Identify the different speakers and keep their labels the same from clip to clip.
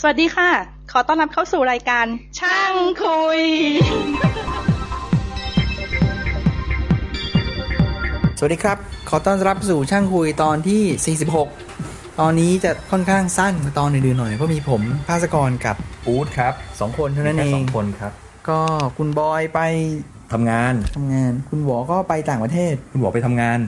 Speaker 1: สวัสดีค่ะ ขอต้อนรับเข้าสู่รายการ ช่างคุย
Speaker 2: สวัสดีครับ ขอต้อนรับสู่ช่างคุยตอนที่ 46 ตอนนี้จะค่อนข้างสั้นกว่าตอนอื่นๆหน่อย เพราะมีผมภาสกรกับ
Speaker 3: อู๊ดครับ
Speaker 2: สองคนเท่านั้น
Speaker 3: มีแค่
Speaker 2: เอง
Speaker 3: สองคนครับ
Speaker 2: ก็คุณบอยไป
Speaker 3: ทำงาน
Speaker 2: ทำงาน คุณหวอก็ไปต่างประเทศ
Speaker 3: คุณบอกไปทำงาน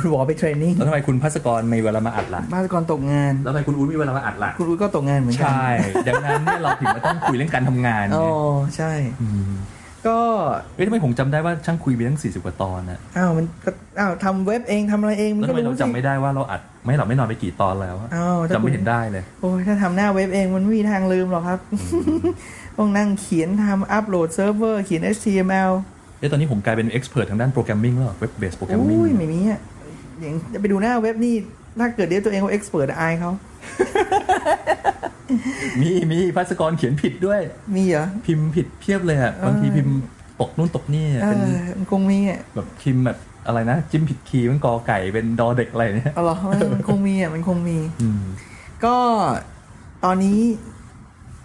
Speaker 2: คุณหวอไปเทรนนิ่ง
Speaker 3: แล้วทำไมคุณพัสกรมีเวลามาอัดล่ะ
Speaker 2: ภาสกรตกงาน
Speaker 3: แล้วทำไมคุณอู๊ดมีเวลามาอัดล่ะ
Speaker 2: คุณอุ้ยก็ตกงานเหมือนกั
Speaker 3: ใช่ ดังนั้นเนี่ยเราถึงมาต้องคุยเรื่องการทำงาน
Speaker 2: อ๋อ
Speaker 3: เนี่ย
Speaker 2: ใช่
Speaker 3: ม
Speaker 2: ก็
Speaker 3: เอ้ยทำไมผมจำได้ว่าช่างคุยไปตั้ง40กว่าตอนนะ
Speaker 2: อ้าวมันก็อ้าวทำเว็บเองทำอะไรเองมั
Speaker 3: แล้
Speaker 2: น
Speaker 3: ว
Speaker 2: ก็
Speaker 3: ทำไมเรา
Speaker 2: รู้
Speaker 3: จำ
Speaker 2: สิ
Speaker 3: ไม่ได้ว่าเราอัดไม่หลับไม่นอนไปกี่ตอนแล้วอะ
Speaker 2: อ้าวถ้าคุณ
Speaker 3: จำไม่เห็นได้เลย
Speaker 2: โอ้ยถ้าทำหน้าเว็บเองมันไม่มีทางลืมหรอกครับ ต้องนั่งเขียนทำอัปโหลดเซิร์ฟเวอร์เขียน HTML
Speaker 3: เอ้ยตอนนี้ผมกลายเป็นเอ็กซ์เพรสทางด้านโปรแกรมมิ่งแล้วเว็บเบสโปรแกรมมิ่ง
Speaker 2: อุ้ยไม่มีอ่ะอย่างจะไปดูหน้าเว็บนี่ ถ้าเกิดเดี๋ยวตัวเองว่าเอ็กซ์เปิดอายเขา
Speaker 3: มีมีพัสกรเขียนผิดด้วย
Speaker 2: มีเหรอ
Speaker 3: พิมพ์ผิดเพียบเลยอะบางที
Speaker 2: เออ
Speaker 3: พิมพ์ตกนู่นตกนี่อะ
Speaker 2: เอ
Speaker 3: เป็น
Speaker 2: อมันคงมีอ่ะ
Speaker 3: แบบพิมพ์แบบอะไรนะ จิ้มผิดคีย์เป็นกอไก่เป็นดอเด็กอะไรเนี่ย
Speaker 2: เอาเหรอมันมันคงมีอ่ะมันคงมี
Speaker 3: อืม
Speaker 2: ก็ตอนนี้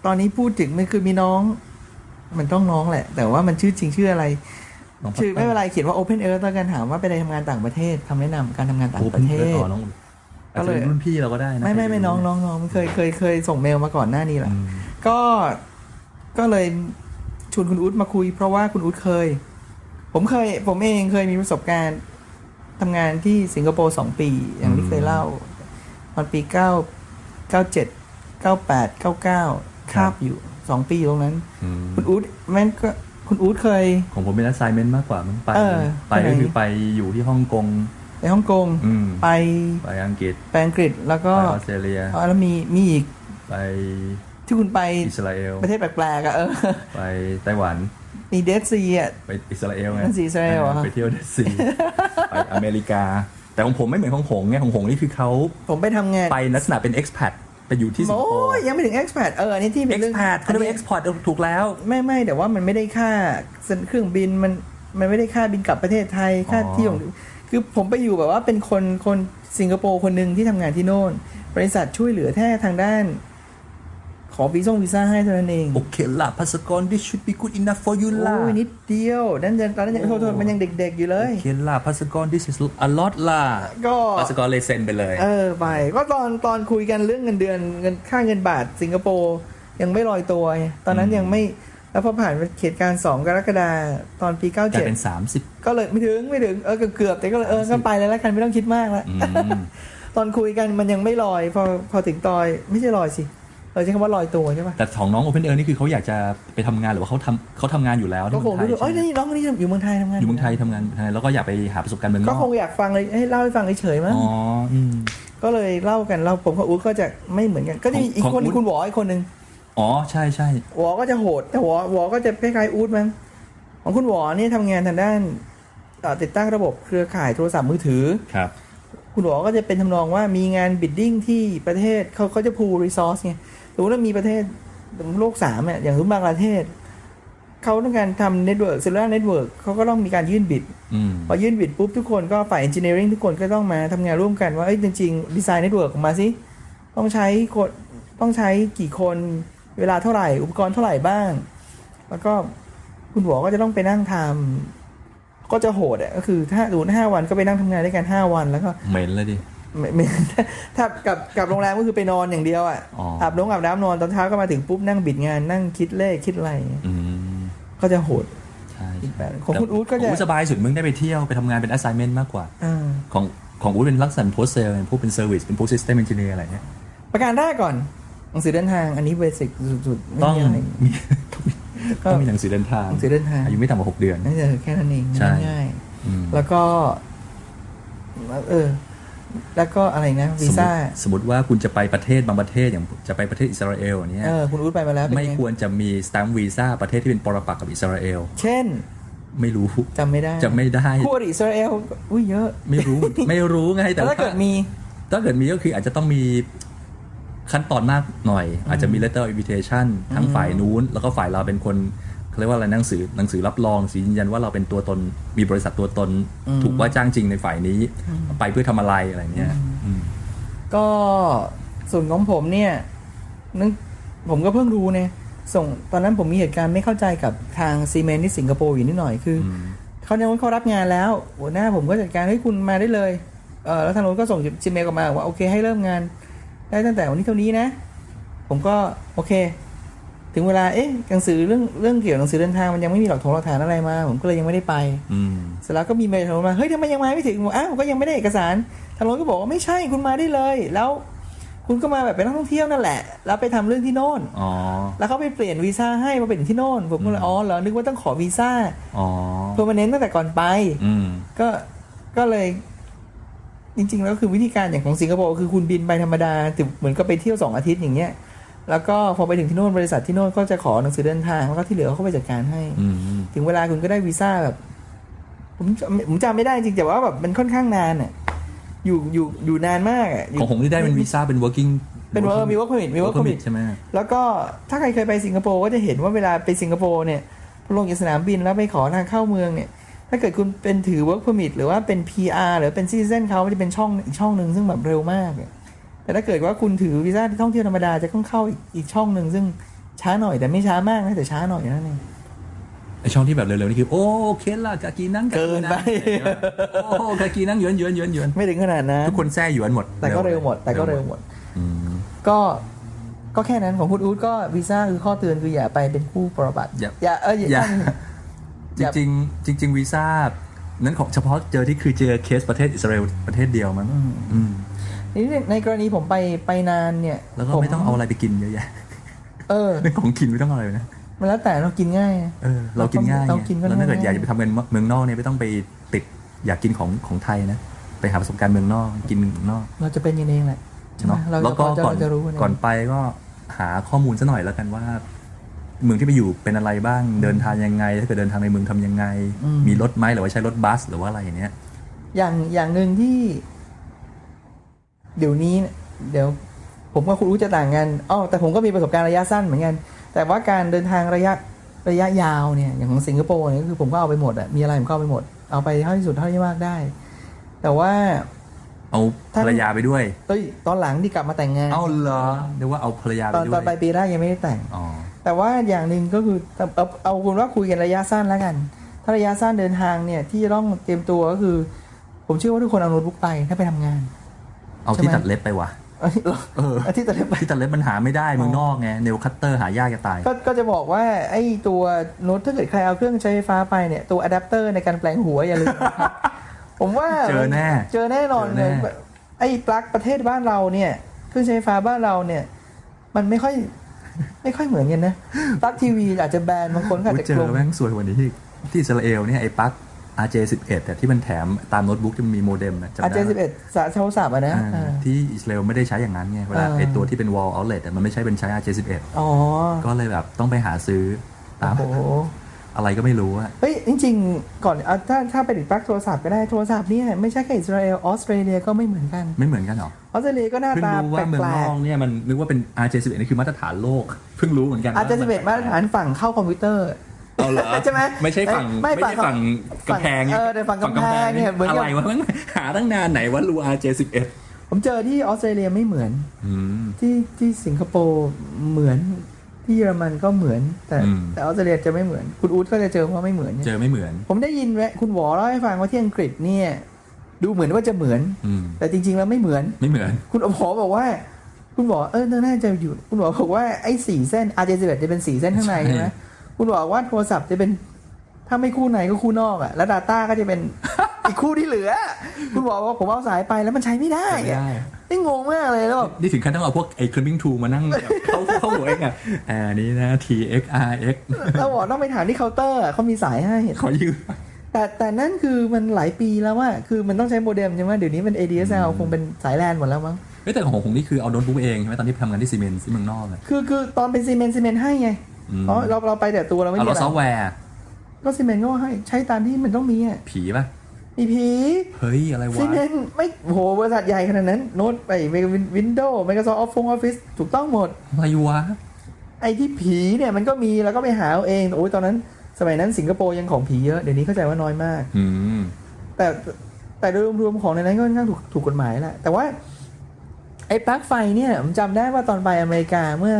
Speaker 2: ตอนนี้พูดถึงมันคือมีน้อง มันต้องน้องแหละ แต่ว่ามันชื่อจริงชื่ออะไร
Speaker 3: น้องพัต
Speaker 2: ชื่อ
Speaker 3: ตอ
Speaker 2: ไม่เป็นไรเขียนว่า Open Earth แล้วกันถามว่าไปได้ทำงานต่างประเทศคำแนะนำการทำงานต่าง
Speaker 3: โอ้
Speaker 2: ประเท
Speaker 3: เพื่อน
Speaker 2: ศ
Speaker 3: อ๋อน้องอาจจะเป็นรุ่นพี่เราก็ได้นะ
Speaker 2: ไม่ไม่ไม่น้องน้องน้องเคยเคยเคยส่งเมลมาก่อนหน้านี้แหละ
Speaker 3: อืม
Speaker 2: ก็ก็เลยชวนคุณอุ๊ดมาคุย เพราะว่าคุณอุ๊ดเคย ผมเคย ผมเองเคยมีประสบการณ์ทำงานที่สิงคโปร์สองปี อย่างที่เคยเล่า ตอนปีเก้าเก้าเจ็ดเก้าแปดเก้าเก้าคาบอยู่สองปีอยู่ตรงนั้น
Speaker 3: อืม
Speaker 2: คุณอุ๊ดแม่นก็คุณอุ๊ดเคย
Speaker 3: ของผมเป็น assignment มากกว่ามันไป
Speaker 2: เออ
Speaker 3: ไป
Speaker 2: ไปไหน
Speaker 3: ก็คือไปอยู่ที่ฮ่องกง
Speaker 2: ไปฮ่องกง
Speaker 3: อืม
Speaker 2: ไป
Speaker 3: ไปอังกฤษ
Speaker 2: ไปอังกฤษแล้ว
Speaker 3: ไป
Speaker 2: ก็
Speaker 3: ออสเตรเลีย
Speaker 2: อ๋อแล้วมีมีอีก
Speaker 3: ไป
Speaker 2: ที่คุณไป
Speaker 3: อิสราเอล
Speaker 2: ประเทศแปลกๆอะเออ
Speaker 3: ไปไต้หวัน
Speaker 2: มีเดซีอ่ะ
Speaker 3: ไปอิสราเอลไง
Speaker 2: นั่นสิอิสราเอลเหรอ
Speaker 3: ไปเที่ยวเดดซีไปอเมริกา แต่ของผมไม่เหมือนของหงไงของหงนี่คือเขา
Speaker 2: ผมไปทำงาน
Speaker 3: ไปลักษณะเป็น expat ไปอยู่ที่สิงค
Speaker 2: โอ้
Speaker 3: โปร์
Speaker 2: ยยังไม่ถึง expat เอออันนี้ที่เป็นเรื่อง
Speaker 3: expat เขาเรียกว่า export ถูกแล้ว
Speaker 2: ไม่ไม่แต่ว่ามันไม่ได้ค่าเครื่องบินมันมันไม่ได้ค่าบินกลับประเทศไทยค่า
Speaker 3: อ๋อ
Speaker 2: เที่ยวคือผมไปอยู่แบบว่าเป็นคนคนสิงคโปร์คนหนึ่งที่ทำงานที่โน่น บริษัทช่วยเหลือแท้ทางด้าน ขอวีซ่งวีซ่าให้เท่านั้นเอง
Speaker 3: โอเคล่ะพัสกร this should be good enough for you ล่ะ
Speaker 2: โอ้ยนิดเดียวนั่นจะตอนนั้นยัง
Speaker 3: โอ้
Speaker 2: โทษโทษมันยังเด็ก ๆอยู่เลย
Speaker 3: โอเคล่ะพัสกร this is a lot ล่ะ
Speaker 2: ก็
Speaker 3: พัสกรเลยเซ็นไปเลย
Speaker 2: เออไปก็ตอนตอนคุยกันเรื่องเงินเดือนเงินค่าเงินบาทสิงคโปร์ยังไม่ลอยตัวไงตอนนั้นยังไม่แล้วพอผ่านเขตการณ์สองกรกฎาคมตอนปีเก้าก
Speaker 3: ลาย
Speaker 2: เจ็ด
Speaker 3: เป็น 30
Speaker 2: ก็เลยไม่ถึงไม่ถึงเออเกือบๆแต่ก็เลยเออก็ไปเลยละกันไม่ต้องคิดมากละ
Speaker 3: อืม
Speaker 2: ตอนคุยกันมันยังไม่ลอย พอพอถึงตอยไม่ใช่ลอยสิเราใช้คำว่าลอยตัวใช่ปะ
Speaker 3: แต่ของน้อง Open Air นี่คือเขาอยากจะไปทำงานหรือว่าเขาทำเขาทำงานอยู่แล้ว
Speaker 2: ก็
Speaker 3: ที่
Speaker 2: คง
Speaker 3: เมืองไท
Speaker 2: รู้
Speaker 3: ย
Speaker 2: สึกเอ้ย
Speaker 3: ใช่ไหม
Speaker 2: นี่น้องคนนี้อยู่เมืองไทยทำงาน
Speaker 3: อยู่เมืองไทยทำงานไทยแล้วก็อยากไปหาประสบการณ์เมืองน
Speaker 2: ก็
Speaker 3: อก
Speaker 2: คงอยากฟังเลยให้เล่าให้ฟังเฉยๆมั้ง
Speaker 3: อ๋ออืม
Speaker 2: ก็เลยเล่ากันเราผมกับอู๊ดก็จะไม่เหมือนกัน ก็จะมีอีก
Speaker 3: ของ
Speaker 2: คนหนึ
Speaker 3: ของ ง
Speaker 2: คุณหวออีกคนหนึ่ง
Speaker 3: อ๋อใช่ใช่
Speaker 2: หวอก็จะโหดแต่หวอหวอก็จะคล้ายๆอู๊ดมั้งของคุณหวอเนี่ยทำงานทางด้านเอ่อติดตั้งระบบเครือข่ายโทรศัพท์มือถือ
Speaker 3: ครับ
Speaker 2: คุณหมอก็จะเป็นทำนองว่ามีงานบิดดิ้งที่ประเทศเขาเขาจะพูรีซอสไงสมมติว่ามีประเทศโลกสามเนี่ยอย่างบางประเทศ เขาต้องการทำเน็ตเวิร์กเซลลูลาร์เน็ตเวิร์กเขาก็ต้องมีการยื่นบิด
Speaker 3: อืม
Speaker 2: พอยื่นบิดปุ๊บ ทุกคนก็ฝ่ายเอนจิเนียริงทุกคนก็ต้องมาทำงานร่วมกันว่า เอ้ย จริงๆดีไซน์เน็ตเวิร์กออกมาสิ ต้องใช้คนต้องใช้กี่คนเวลาเท่าไหร่ อุปกรณ์เท่าไหร่บ้าง แล้วก็คุณหมอก็จะต้องไปนั่งทำก็จะโหดอ่ะก็คือถ้าดูห้าวันก็ไปนั่งทำงานด้วยกันห้าวันแล้วก็
Speaker 3: เหม็นเลยดิ
Speaker 2: ไม่ไม่ ถ้ากับกับโรงแรมก็คือไปนอนอย่างเดียวอ่ะ
Speaker 3: อ๋ออ
Speaker 2: อาบน้ำอาบน้ำนอนตอนเช้าก็มาถึงปุ๊บนั่งบิดงานนั่งคิดเลขคิดอะไร
Speaker 3: อืม
Speaker 2: ก็จะโหด
Speaker 3: ใช่
Speaker 2: อีกแบบ
Speaker 3: ใช่
Speaker 2: ของคุณอู๊ดก็จะ
Speaker 3: ของสบายสุดมึงได้ไปเที่ยวไปทำงานเป็น assignment มากกว่า
Speaker 2: อ่า
Speaker 3: ของของอู๊ดเป็นลักษณะโพสเซลเป็นพวกเป็นเซอร์วิสเป็นพวก system engineer อะไรเนี่ย
Speaker 2: ประการแรกก่อนหนังสือเดินทางอันนี้เบสิกสุดๆไม่
Speaker 3: ต้อง
Speaker 2: มีะไร
Speaker 3: มีต้องมีหนังสือเดินทาง
Speaker 2: หนังสือเดินทาง
Speaker 3: ยุไม่ต่ำกว่าหกเดือน
Speaker 2: น่าจะแค่นั้นเอง
Speaker 3: ใช่
Speaker 2: ง่าย
Speaker 3: อืม
Speaker 2: ๆแล้วก็เออ แล้วก็อะไรนะวีซ่า
Speaker 3: สมมติสมมติว่าคุณจะไปประเทศบางประเทศอย่างจะไปประเทศอิสราเอลอย่างเนี้ย
Speaker 2: เออคุณอุ๊ดไปมาแล้วเป็น
Speaker 3: ไม่
Speaker 2: ง
Speaker 3: ควรจะมีส t ตม p ์วีซ่าประเทศที่เป็นปรปักษ์กับอิสราเอล
Speaker 2: เช่น
Speaker 3: ไม่รู้
Speaker 2: จำไม่ได้
Speaker 3: จำไม่ได้
Speaker 2: คู่อริอิสราเอลอุ้ยเยอะ
Speaker 3: ไม่รู้ ไม่รู้ไงแต่
Speaker 2: แล้ว
Speaker 3: ว่า
Speaker 2: ถ้าเกิดมี
Speaker 3: ถ้าเกิดมีก็คืออาจจะต้องมีขั้นตอนมากหน่อย อาจจะมี letter of invitation ทั้งฝ่ายนู้น แล้วก็ฝ่ายเราเป็นคนเขาเรียกว่าอะไรหนังสือหนังสือรับรองหนังสือยืนยันว่าเราเป็นตัวตนมีบริษัทตัวตน
Speaker 2: อืม
Speaker 3: ถูกว่าจ้างจริงในฝ่ายนี้ ไปเพื่อทำอะไรอะไรเนี้ยอืม
Speaker 2: ก็ส่วนของผมเนี่ยนึก ผมก็เพิ่งรู้เนี่ยส่งตอนนั้นผมมีเหตุการณ์ไม่เข้าใจกับทางซีเมนที่สิงคโปร์อยู่นิดหน่อยคืออ
Speaker 3: อืม
Speaker 2: เขาเนี่ยว่าเขารับงานแล้วหัวหน้าผมก็จัดการให้คุณมาได้เลยเออแล้วทางโน้นก็ส่งจีเมลกลับมาบอกว่าโอเคให้เริ่มงาน ได้ตั้งแต่วันนี้เท่านี้นะ ผมก็โอเค ถึงเวลาเอ๊ะหนังสือเรื่องเรื่องเกี่ยวกับหนังสือเดินทางมันยังไม่มีหลักฐานหลักฐานอะไรมา ผมก็เลยยังไม่ได้ไป
Speaker 3: อืม
Speaker 2: เสร็จแล้วก็มีเมลโทรมาเฮ้ยทำไมยังมาไม่ถึงบอกอ้าวก็ยังไม่ได้เอกสารทางโน้นก็บอกว่าไม่ใช่คุณมาได้เลย แล้ว คุณก็มาแบบเป็นนักท่องเที่ยวนั่นแหละ แล้วไปทำเรื่องที่โน่น
Speaker 3: อ๋อ
Speaker 2: แล้วเขาไปเปลี่ยนวีซ่าให้มาเป็นที่โน่น ผมก็เลย
Speaker 3: อืม
Speaker 2: อ๋อเหรอนึกว่าต้องขอวีซ่า
Speaker 3: อ๋อ
Speaker 2: เพอร์มานเนนตั้งแต่ก่อนไป
Speaker 3: อืม
Speaker 2: ก็ก็เลย จริงๆแล้วคือวิธีการอย่างของสิงคโปร์คือคุณบินไปธรรมดาแต่เหมือนก็ไปเที่ยวสองอาทิตย์อย่างเงี้ย แล้วก็พอไปถึงที่โน่นบริษัทที่โน่นก็จะขอหนังสือเดินทางแล้วก็ที่เหลือเขาก็ไปจัดการให้
Speaker 3: อืม
Speaker 2: ถึงเวลาคุณก็ได้วีซ่าแบบ ผมจำผมจำไม่ได้จริงแต่ว่าแบบมันค่อนข้างนานอ่ะอยู่อยู่อยู่นานมากอ่ะยู่
Speaker 3: ของผมที่ได้เป็นวีซ่าเป็น working
Speaker 2: เป็นว่ามีว่าคอมมิตมีว่า
Speaker 3: work
Speaker 2: คอมมิ
Speaker 3: permit ใช่ไหม
Speaker 2: แล้วก็ถ้าใครเคยไปสิงคโปร์ก็จะเห็นว่าเวลาไปสิงคโปร์เนี่ยพอลงจากสนามบินแล้วไปขอทางเข้าเมืองเนี่ย ถ้าเกิดคุณเป็นถือ work permit หรือว่าเป็น PR หรือเป็น citizen เขามันจะเป็นช่องอีกช่องหนึ่งซึ่งแบบเร็วมากอะแต่ถ้าเกิดว่าคุณถือวีซ่าท่องเที่ยวธรรมดาจะต้องเข้าอีกอีกช่องหนึ่งซึ่งช้าหน่อยแต่ไม่ช้ามากนะแต่ช้าหน่อยนั่นเอง
Speaker 3: ไอช่องที่แบบเร็วๆนี่คือ โอ้เคสละกากีนั่งา
Speaker 2: เกินไป
Speaker 3: โอ้กากีนั่งหยวนหยวนหยวนหยวน
Speaker 2: ไม่ถึงขนาดนั้น
Speaker 3: ทุกคนแซ่หยวนหมด
Speaker 2: แต่ก็เร็วหมด แต่ก็เร็วหมด
Speaker 3: อืม
Speaker 2: ก็ก็แค่นั้นของคุณอู๊ดก็วีซ่าคือข้อเตือนคืออย่าไปเป็นคู่ปรบัติ
Speaker 3: อย่า
Speaker 2: อย่าเออ
Speaker 3: อ
Speaker 2: อย่
Speaker 3: า
Speaker 2: ย่า
Speaker 3: จ
Speaker 2: อย่า
Speaker 3: ริงๆ จริง ๆ วีซ่านั้นของเฉพาะเจอที่คือเจอเคสประเทศอิสราเอลประเทศเดียวมั้งอืม
Speaker 2: นี่ในกรณีผมไปไปนานเนี่ย
Speaker 3: แล้วก็
Speaker 2: ผ
Speaker 3: ไม่ต้องเอาอะไรไปกินเยอะแยะ
Speaker 2: เออ
Speaker 3: เรื่องของกินไม่ต้องเอาอะไรไปนะ
Speaker 2: มันแล้วแต่เรากินง่าย
Speaker 3: เออเรากินง่ายไง
Speaker 2: เรากินก็
Speaker 3: แล้วถ้าเกิด
Speaker 2: ง่าย
Speaker 3: อยากจะไปทำงานเมืองนอกเนี่ยไม่ต้องไปติดอยากกินของของไทยนะ ไปหาประสบการณ์เมืองนอกกินเมืองนอก
Speaker 2: เราจะเป็นกันเองแหละใช่ไหม
Speaker 3: เนาะ
Speaker 2: เรา
Speaker 3: แล้วก็
Speaker 2: จะ
Speaker 3: ก่อน
Speaker 2: เราจะรู้ก่
Speaker 3: ก่อ
Speaker 2: อนน
Speaker 3: ไปก็หาข้อมูลซะหน่อยแล้วกันว่า เมืองที่ไปอยู่เป็นอะไรบ้างเดินทางยังไง ถ้าเกิดเดินทางในเมืองทำยังไง มีรถไหมหรือว่าใช้รถบัสหรือว่าอะไรอย่างเนี้ย
Speaker 2: อย่างอย่างหนึ่งที่ เดี๋ยวนี้เนี่ยเดี๋ยว ผมกับคุณรู้จะต่างกันอ๋อแต่ผมก็มีประสบการณ์ระยะสั้นเหมือนกัน แต่ว่าการเดินทางระยะระยะยาวเนี่ย อย่างของสิงคโปร์เนี่ยก็คือผมก็เอาไปหมดอะมีอะไรผมก็เอาไปหมด เอาไปเท่าที่สุดเท่าที่มากได้ แต่ว่า
Speaker 3: เอา
Speaker 2: ท่าน
Speaker 3: ภรรยาไปด้วย
Speaker 2: เอ้ยตอนหลังที่กลับมาแต่งงาน
Speaker 3: เอาเหรอเรียกว่าเอาภรรยาไป
Speaker 2: ตอนต
Speaker 3: ด้ว
Speaker 2: อย นปลายปีแรกยังไม่ได้แต่ง
Speaker 3: อ๋อ
Speaker 2: แต่ว่าอย่างหนึ่งก็คือเอาเอาเอาคุณว่าคุยกันระยะสั้นแล้วกัน ถ้าระยะสั้นเดินทางเนี่ยที่จะต้องเตรียมตัวก็คือ ผมเชื่อว่าทุกคนเอาโน้ตบุ๊กไปถ้าไปทำงาน
Speaker 3: เอาที่
Speaker 2: ใช่ไหม
Speaker 3: ตัดเล็บไปวะ
Speaker 2: เอ้ยเหรอ
Speaker 3: เออ
Speaker 2: เอาที่ตัดเล็บไป
Speaker 3: ที่ตัดเล็บมันหาไม่ได้เมือง
Speaker 2: อ๋อ
Speaker 3: นอกไงเนลคัตเตอร์หายากจะตาย
Speaker 2: ก็ก็จะบอกว่าไอ้ตัวโน้ตถ้าเกิดใครเอาเครื่องใช้ไฟฟ้าไปเนี่ยตัวอะแดปเตอร์ในการแปลงหัวอย่าลืมนะครับ ผมว่า
Speaker 3: เจอแน่
Speaker 2: เจอแน่นอน
Speaker 3: เจอแน่
Speaker 2: เลยไอ้ปลั๊กประเทศบ้านเราเนี่ย เครื่องใช้ไฟฟ้าบ้านเราเนี่ย มันไม่ค่อย ไม่ค่อยเหมือนกันนะปลั๊กทีวีอาจจะแบนบางคนก็อาจ
Speaker 3: อุ๊ย
Speaker 2: จะ
Speaker 3: เจ
Speaker 2: กล
Speaker 3: อ
Speaker 2: ม
Speaker 3: แม่งสวยกว่านี้ที่ที่อิสราเอลเนี่ยไอ้ปลั๊ก RJ11 แต่ยที่มันแถมตามโน้ตบุ๊กที่มันมีโมเด็มนะจำได้
Speaker 2: อา
Speaker 3: ปะ
Speaker 2: เจสิบเอ็ดสาโทรศัพท์อะนะ
Speaker 3: อ่า
Speaker 2: เออ
Speaker 3: ที่อิสราเอลไม่ได้ใช้อย่างนั้นไงเวลา
Speaker 2: เออ
Speaker 3: ไอตัวที่เป็น wall outlet อะมันไม่ใช่เป็นใช้ R71
Speaker 2: อ๋อ
Speaker 3: ก็เลยแบบต้องไปหาซื้อตาม
Speaker 2: โอ้โห
Speaker 3: อะไรก็ไม่รู้อะ
Speaker 2: เฮ้ยจริง ๆ ก่อนเอาถ้าถ้าไปติดปลั๊กโทรศัพท์ก็ได้โทรศัพท์เนี่ยไม่ใช่แค่อิสราเอลออสเตรเลียก็ไม่เหมือนกัน
Speaker 3: ไม่เหมือนกันหรอ
Speaker 2: ออสเตรเลียก็หน้า
Speaker 3: เพิ่ง
Speaker 2: ตา
Speaker 3: รู้
Speaker 2: แป
Speaker 3: ว่าเมือง
Speaker 2: ล
Speaker 3: น
Speaker 2: ก
Speaker 3: อกเนี่ยมันนึกว่าเป็น R71 นี่คือมาตรฐานโลก เพิ่งรู้เหมือนกัน
Speaker 2: ๆอาจจะสิบเอ็ดมาตรฐานฝั่งเข้าคอมพิวเตอร์
Speaker 3: เอาเหรอ
Speaker 2: ใช่ไหม
Speaker 3: ไม่ใช่ฝั่ง
Speaker 2: ไม่
Speaker 3: ไม่
Speaker 2: ฝั่ง
Speaker 3: ใช่ฝั่ง
Speaker 2: ฝั่ง
Speaker 3: กำแพง
Speaker 2: เออแต่ฝั่งกำแพงเนี่ยเหมือนกับ
Speaker 3: อะไรวะมันหาตั้งนานไหนว่ารู R71
Speaker 2: ผมเจอที่ออสเตรเลียไม่เหมือน
Speaker 3: อืม
Speaker 2: ที่ที่สิงคโปร์เหมือนที่เยอรมันก็เหมือน แต่
Speaker 3: อืม
Speaker 2: แต่ออสเตรเลียจะไม่เหมือน คุณอู๊ดก็จะเจอว่าไม่เหมือนเนี่ย
Speaker 3: เจอไม่เหมือน
Speaker 2: ผมได้ยินแวะคุณหวอเล่าให้ฟังว่าที่อังกฤษเนี่ยดูเหมือนว่าจะเหมือน
Speaker 3: อืม
Speaker 2: แต่จริง ๆ แล้วไม่เหมือน
Speaker 3: ไม่เหมือน
Speaker 2: คุณหมอบอกว่า คุณหมอเออน่าจะอยู่ คุณหมอบอกว่าไอ้สี่เส้น RJ11 จะเป็นสี่เส้นข้างใน
Speaker 3: ใช่
Speaker 2: ใช่ไหมคุณหมอบอกว่าโทรศัพท์จะเป็น ถ้าไม่คู่ในก็คู่นอกอะแล้ว Data ก็จะเป็น อีกคู่ที่เหลือ คุณหมอบอกว่าผมเอาสายไปแล้วมันใช้ไม่ได้
Speaker 3: ไม่
Speaker 2: อะ
Speaker 3: ได้
Speaker 2: นี่งงมากเลยแล้วแบบ
Speaker 3: นี่ถึงขั้นต้องเอาพวกไอ้ climbing tool มานั่ง แบบเข้าเข้าหัวเองอ่ะอ่านี่นะ TXRX
Speaker 2: เราบอกต้องไปถามที่เคาน์เตอร์อะเขามีสายให้
Speaker 3: ขอยืม
Speaker 2: แต่แต่นั่นคือมันหลายปีแล้วว่า คือมันต้องใช้โมเด็มใช่ไหมเดี๋ยวนี้มัน ADSL คงเป็นสายแลนหมดแล้วมั้ง
Speaker 3: เฮ้ยแต่ของผมนี่คือเอาโน้ตบุ๊กเองใช่ไหมตอนที่ทำงานที่ซีเมนต์ที่เมืองนอกอะ
Speaker 2: คือคือตอนเป็นซีเมนต์ซีเมนต์ให้ไง
Speaker 3: อืม
Speaker 2: อ๋อเราเราไปแต่ตัวเราไม่
Speaker 3: เอา
Speaker 2: มี
Speaker 3: เรา
Speaker 2: อะไร
Speaker 3: ซอฟต์แวร์
Speaker 2: ก็ซีเมนต์ก็ให้ใช้ตามที่มันต้องมีอะ
Speaker 3: ผีป่ะ
Speaker 2: มีผี
Speaker 3: เฮ้ย อะไรวะ
Speaker 2: ซีเมนต์ไม่โอ้โหบริษัทใหญ่ขนาดนั้น โน้ตไปวินโดว์ Microsoft Office Office ถูกต้องหมด
Speaker 3: อะไรวะ
Speaker 2: ไอ้ที่ผีเนี่ยมันก็มีแล้วก็ไปหาเอาเองโอ้ยตอนนั้น สมัยนั้นสิงคโปร์ยังของผีเยอะ เดี๋ยวนี้เข้าใจว่าน้อยมาก
Speaker 3: อืม
Speaker 2: แต่แต่โดยรวมๆของในนั้นก็ค่อนข้างถูกถูกกฎหมายแหละแต่ว่า ไอ้ปลั๊กไฟเนี่ยผมจำได้ว่าตอนไปอเมริกาเมื่อ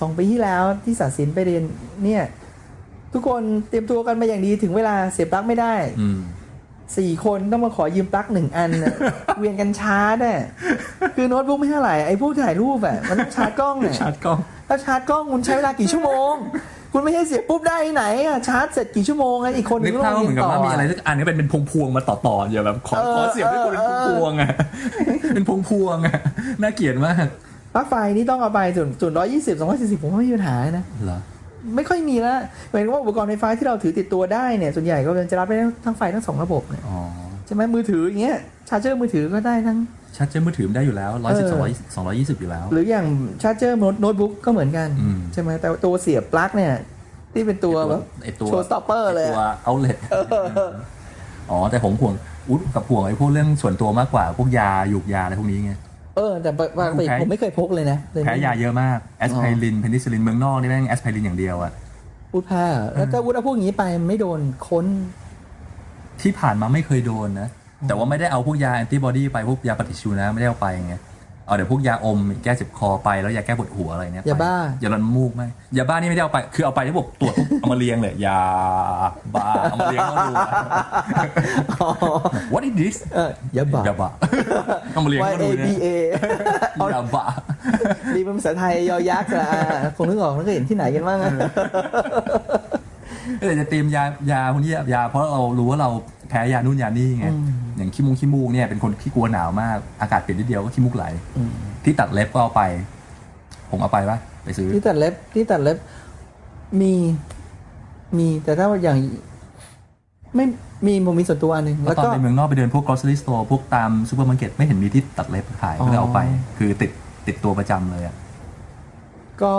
Speaker 2: สองปีที่แล้วที่สาสินไปเรียนเนี่ย ทุกคนเตรียมตัวกันมาอย่างดีถึงเวลาเสียบปลั๊กไม่ได้
Speaker 3: อืม
Speaker 2: สี่คนต้องมาขอยืมปลั๊กหนึ่งอัน น่ะ เวียนกันชาร์จอ่ะคือโน้ตบุ๊กไม่เท่าไหร่ไอ้พวกถ่ายรูปอ่ะมันต้องชาร์จกล้องอ่ะ
Speaker 3: ชาร์จกล้อง
Speaker 2: ถ้าชาร์จกล้องคุณใช้เวลากี่ชั่วโมง คุณไม่ใช่เสียบปุ๊บได้ที่ไหนอะชาร์จเสร็จกี่ชั่วโมงอะอีกคน
Speaker 3: นึก
Speaker 2: ก็ต้
Speaker 3: ภา
Speaker 2: ง
Speaker 3: พว่าเหมือนกับว่ามี
Speaker 2: เรียนต่
Speaker 3: อะไรสักอันนี้เป็นเป็นพวงพวงๆมาต่อต่ออย่าแบบขอ
Speaker 2: เออ
Speaker 3: ขอเสียบด้วยคนเป็นพ
Speaker 2: เออ
Speaker 3: วงพวงๆอ่ะ เป็นพวงพวงๆอ่ะน่าเกลียดมาก
Speaker 2: ปลั๊กไฟนี่ต้องเอาไปส่วนส่วนร้อยยี่สิบสองร้อยสี่สิบผมว่าไม่มีปัญหานะ
Speaker 3: เหรอ
Speaker 2: ไม่ค่อยมีแล้วหมายถึงว่าอุปกรณ์ไฟฟ้าที่เราถือติดตัวได้เนี่ย ส่วนใหญ่ก็จะรับได้ทั้งไฟทั้งสองระบบเนี่ย
Speaker 3: อ๋อ
Speaker 2: ใช่ไหมมือถืออย่างเงี้ยชาร์จเจอร์มือถือก็ได้ทั้ง
Speaker 3: ชาร์จเจอร์มือถือมันได้อยู่แล้วร้อยสิบ
Speaker 2: เอ
Speaker 3: สอง
Speaker 2: อ
Speaker 3: ร้อยสองร้อยยี่สิบอยู่แล้ว
Speaker 2: หรืออย่างชาร์จเจอร์โน้ตบุ๊กก็เหมือนกัน
Speaker 3: อืม
Speaker 2: ใช่ไหมแต่ตัวเสียบปลั๊กเนี่ย ที่เป็นตัวแบบ
Speaker 3: ไอตัว
Speaker 2: showstopper เลยอะ
Speaker 3: ตัวเอาเลทอ๋อ แต่ผมห่วงอุ๊ยกับห่วงไอ้พวกเรื่องส่วนตัวมากกว่า พวกยาหยูกยาอะไรพวกนี้ไง
Speaker 2: เออ แต่ปกติ
Speaker 3: แพ้
Speaker 2: ผมไม่เคยพกเลยนะเลยไม่
Speaker 3: แพ้ยาเยอะมากแอสไพรินเพนิซิลินเมืองนอกนี่แม่งแอสไพรินอย่างเดียวอะ
Speaker 2: พูดแพ้เหรอแล้วถ้าวุฒิเอาพวกนี้ไปมันไม่โดนค้น
Speaker 3: ที่ผ่านมาไม่เคยโดนนะ แต่ว่าไม่ได้เอาพวกยาแอนติบอดีไปพวกยาปฏิชีวนะไม่ได้เอาไปไงเอาเดี๋ยวพวกยาอมแก้เจ็บคอไปแล้วยาแก้ปวดหัวอะไรเนี่ยไป
Speaker 2: ยาบ้า
Speaker 3: ยาลดน้ำมูกไม่ยาบ้านี่ไม่ได้เอาไป คือเอาไปแล้วบอกตรวจปุ๊บเอามาเรียงเลยยาบ้าเอามาเรียงก็ดู what is this
Speaker 2: เอออย่าบอก
Speaker 3: ยา บ้าเอามาเรียง
Speaker 2: Y
Speaker 3: ก็
Speaker 2: A
Speaker 3: ดู
Speaker 2: B
Speaker 3: เนี่ย
Speaker 2: A
Speaker 3: ยาบ้า
Speaker 2: ดีเป็นภาษาไทยยอยักษ์ละอ่าคงนึกออกแล้วก็เห็นที่ไหนกันบ้างอะ
Speaker 3: เออจะเตรียมยายาพวกนี้ยาเพราะเรารู้ว่าเราแพ้ยานู่นยานี่ไงอย่างขี้มุงขี้มูกเนี่ยเป็นคนที่กลัวหนาวมากอากาศเปลี่ยนนิดเดียวก็ขี้มูกไหล ที่ตัดเล็บก็เอาไป ผมเอาไปปะไปซื้อ
Speaker 2: ที่ตัดเล็บที่ตัดเล็บมี มีแต่ถ้าอย่าง ไม่มีผมมีส่วนตัวอันหนึ่ง
Speaker 3: เพ
Speaker 2: แล้ว
Speaker 3: ราะตอน
Speaker 2: ก็
Speaker 3: ไปเมืองนอกไปเดินพวก grocery store พวกตามซูเปอร์มาร์เก็ตไม่เห็นมีที่ตัดเล็บขาย
Speaker 2: อ๋อ
Speaker 3: ก็เลยเอาไป คือติดติดตัวประจำเลยอะ
Speaker 2: ก็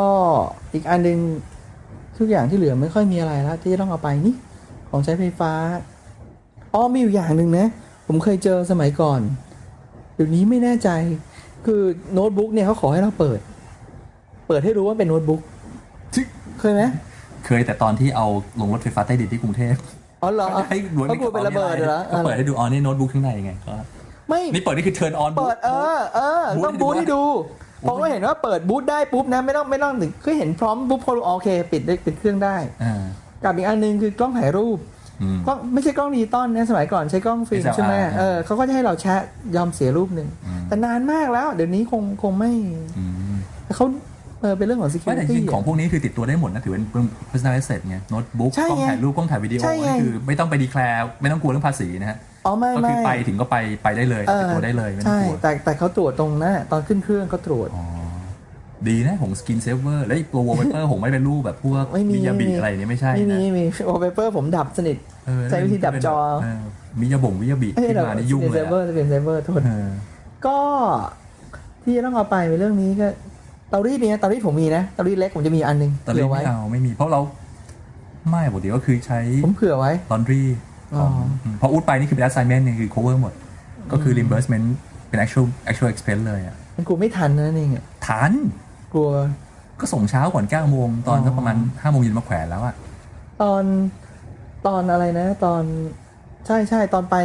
Speaker 2: อีกอันหนึ่งทุกอย่างที่เหลือไม่ค่อยมีอะไรแล้วที่จะต้องเอาไปนี่ ของใช้ไฟฟ้าอ๋อมีอยู่อย่างหนึ่งนะ ผมเคยเจอสมัยก่อนเดี๋ยวนี้ไม่แน่ใจ คือโน้ตบุ๊กเนี่ยเขาขอให้เราเปิด เปิดให้รู้ว่าเป็นโน้ตบุ๊กเคยไหม
Speaker 3: เคยแต่ตอนที่เอาลงรถไฟฟ้าใต้ดินที่กรุงเทพ
Speaker 2: อ๋อเหรอ
Speaker 3: ก็จะให้หน่วย
Speaker 2: เขากลัวเป็นระเบิดเหรอ
Speaker 3: ก็เปิดให้ดูออนนี่โน้ตบุ๊กข้างในไงก็
Speaker 2: ไม่
Speaker 3: นี่เปิดนี่คือ turn on
Speaker 2: เปิดเออเออต้องบูทให้ดูเพราะว่าเห็นว่าเปิดบูทได้ปุ๊บนะไม่ต้องไม่ต้องถึงคือเห็นพร้อมปุ๊บพอรู้โอเค ปิดได้ปิดเครื่องได้
Speaker 3: อ่า
Speaker 2: กับอีกอันหนึงคือกล้องถ่ายรูป
Speaker 3: อืม
Speaker 2: กล้องไม่ใช่กล้องดิจิตอลนะสมัยก่อนใช้กล้องฟิล์ม
Speaker 3: SLR
Speaker 2: ใช่ไหม
Speaker 3: อ่า
Speaker 2: เออเขาก็จะให้เราแชะยอมเสียรูปหนึ่ง
Speaker 3: อืม
Speaker 2: แต่นานมากแล้ว เดี๋ยวนี้คงคงไม่
Speaker 3: อืม
Speaker 2: แต่เขาเออเป็นเรื่องของ
Speaker 3: ไม่แต่จ
Speaker 2: security
Speaker 3: ริงๆของ
Speaker 2: อะ
Speaker 3: พวกนี้คือติดตัวได้หมดนะ ถือเป็น personal asset ไงโน้ตบุ๊ก
Speaker 2: ใช่
Speaker 3: กล้อง
Speaker 2: ไง
Speaker 3: ถ่ายรูปกล้องถ่ายวิดีโอ
Speaker 2: ใช่ไง
Speaker 3: นี่คือไม่ต้องไปดีแคลร์ไม่ต้องกลัวเรื่องภาษีนะฮะ
Speaker 2: อ๋อไม่
Speaker 3: ก็
Speaker 2: ไม่
Speaker 3: คือไปถึงก็ไปไปได้เลย
Speaker 2: เอ
Speaker 3: ติด
Speaker 2: อ
Speaker 3: ตัวได้เลยไม่ต้อ
Speaker 2: ใช่
Speaker 3: งกลัว
Speaker 2: แต่แต่เขาตรวจตรงหน้าตอนขึ้นเครื่องเขาตรวจ
Speaker 3: อ๋อดีนะผมสกินเซฟเวอร์ แล้วตัววอลเปเปอร์ผมไม่เป็นรูปแบบพวก
Speaker 2: ไม่มี
Speaker 3: มิยาบิอะไรเนี่ยไม่ใช่
Speaker 2: ไม่มี
Speaker 3: นะ
Speaker 2: ไม่มีโอเปเปอร์ผมดับสนิท
Speaker 3: เออ
Speaker 2: ใช้วิธีดับจอ
Speaker 3: เมิยาบ่งมิยาบิ
Speaker 2: เอ้ย
Speaker 3: ขึ้น
Speaker 2: ดับ
Speaker 3: มานี่ยุ่ง
Speaker 2: เป็น
Speaker 3: เล
Speaker 2: เซ
Speaker 3: ย
Speaker 2: ฟเวอ
Speaker 3: อะ
Speaker 2: ร์เป็นเซฟเวอร์โทษ
Speaker 3: เออ
Speaker 2: ก็ที่จะต้องเอาไปในเรื่องนี้ก็เตารีดเนี่ยเตารีดผมมีนะเตารีดเล็กผมจะมีอันหนึง
Speaker 3: แต่
Speaker 2: เผื่
Speaker 3: เล่
Speaker 2: อน ไว้
Speaker 3: ไม่เอาไม่มีเพราะเราไม่ปกติก็คือใช้
Speaker 2: ผมเผื่อไว้
Speaker 3: ลอนดรี
Speaker 2: อ๋อ
Speaker 3: พออุดไปนี่คือเป็น assignment นี่คือ cover หมด ก็คือ reimbursement เป็น actual actual expense เลยอะ
Speaker 2: มันกูไม่ทันนะนี่ไง
Speaker 3: ฐาน
Speaker 2: กลัว
Speaker 3: ก็ส่งเช้าก่อน9โมง ตอน
Speaker 2: อ๋อ
Speaker 3: ก็ประมาณ5โมงเย็นมาแขวนแล้วอะ
Speaker 2: ตอนตอนอะไรนะ ตอนใช่ใช่ตอนไป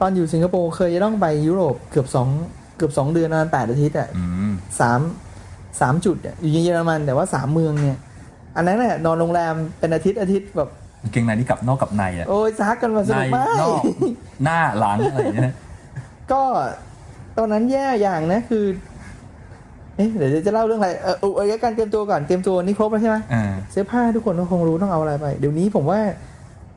Speaker 2: ตอนอยู่สิงคโปร์เคยจะต้องไปยุโรปเกือบสองเกือบสองเดือนประมาณแปดอาทิตย์อ่ะ
Speaker 3: อืม
Speaker 2: สามสามจุดอะอยู่เยอรมันแต่ว่าสามเมืองเนี่ย อันนั้นน่ะนอนโรงแรมเป็นอาทิตย์อาทิตย์แบบ
Speaker 3: เกงในนี่กลับนอกกับในอะ
Speaker 2: โอ้ยซักกันมาส
Speaker 3: ใน
Speaker 2: นุกมาก
Speaker 3: นอก หน้าหลังอะไรอย่างเงี้ยนะ
Speaker 2: ก็ตอนนั้นแย่อย่างนะคือ เอ๊ะเดี๋ยวจะเล่าเรื่องอะไรเออเอาเอาการเตรียมตัวก่อนเตรียมตัวนี่ครบแล้วใช่ไหม
Speaker 3: อ่า
Speaker 2: เสื้อผ้าทุกคนก็คงรู้ต้องเอาอะไรไป เดี๋ยวนี้ผมว่า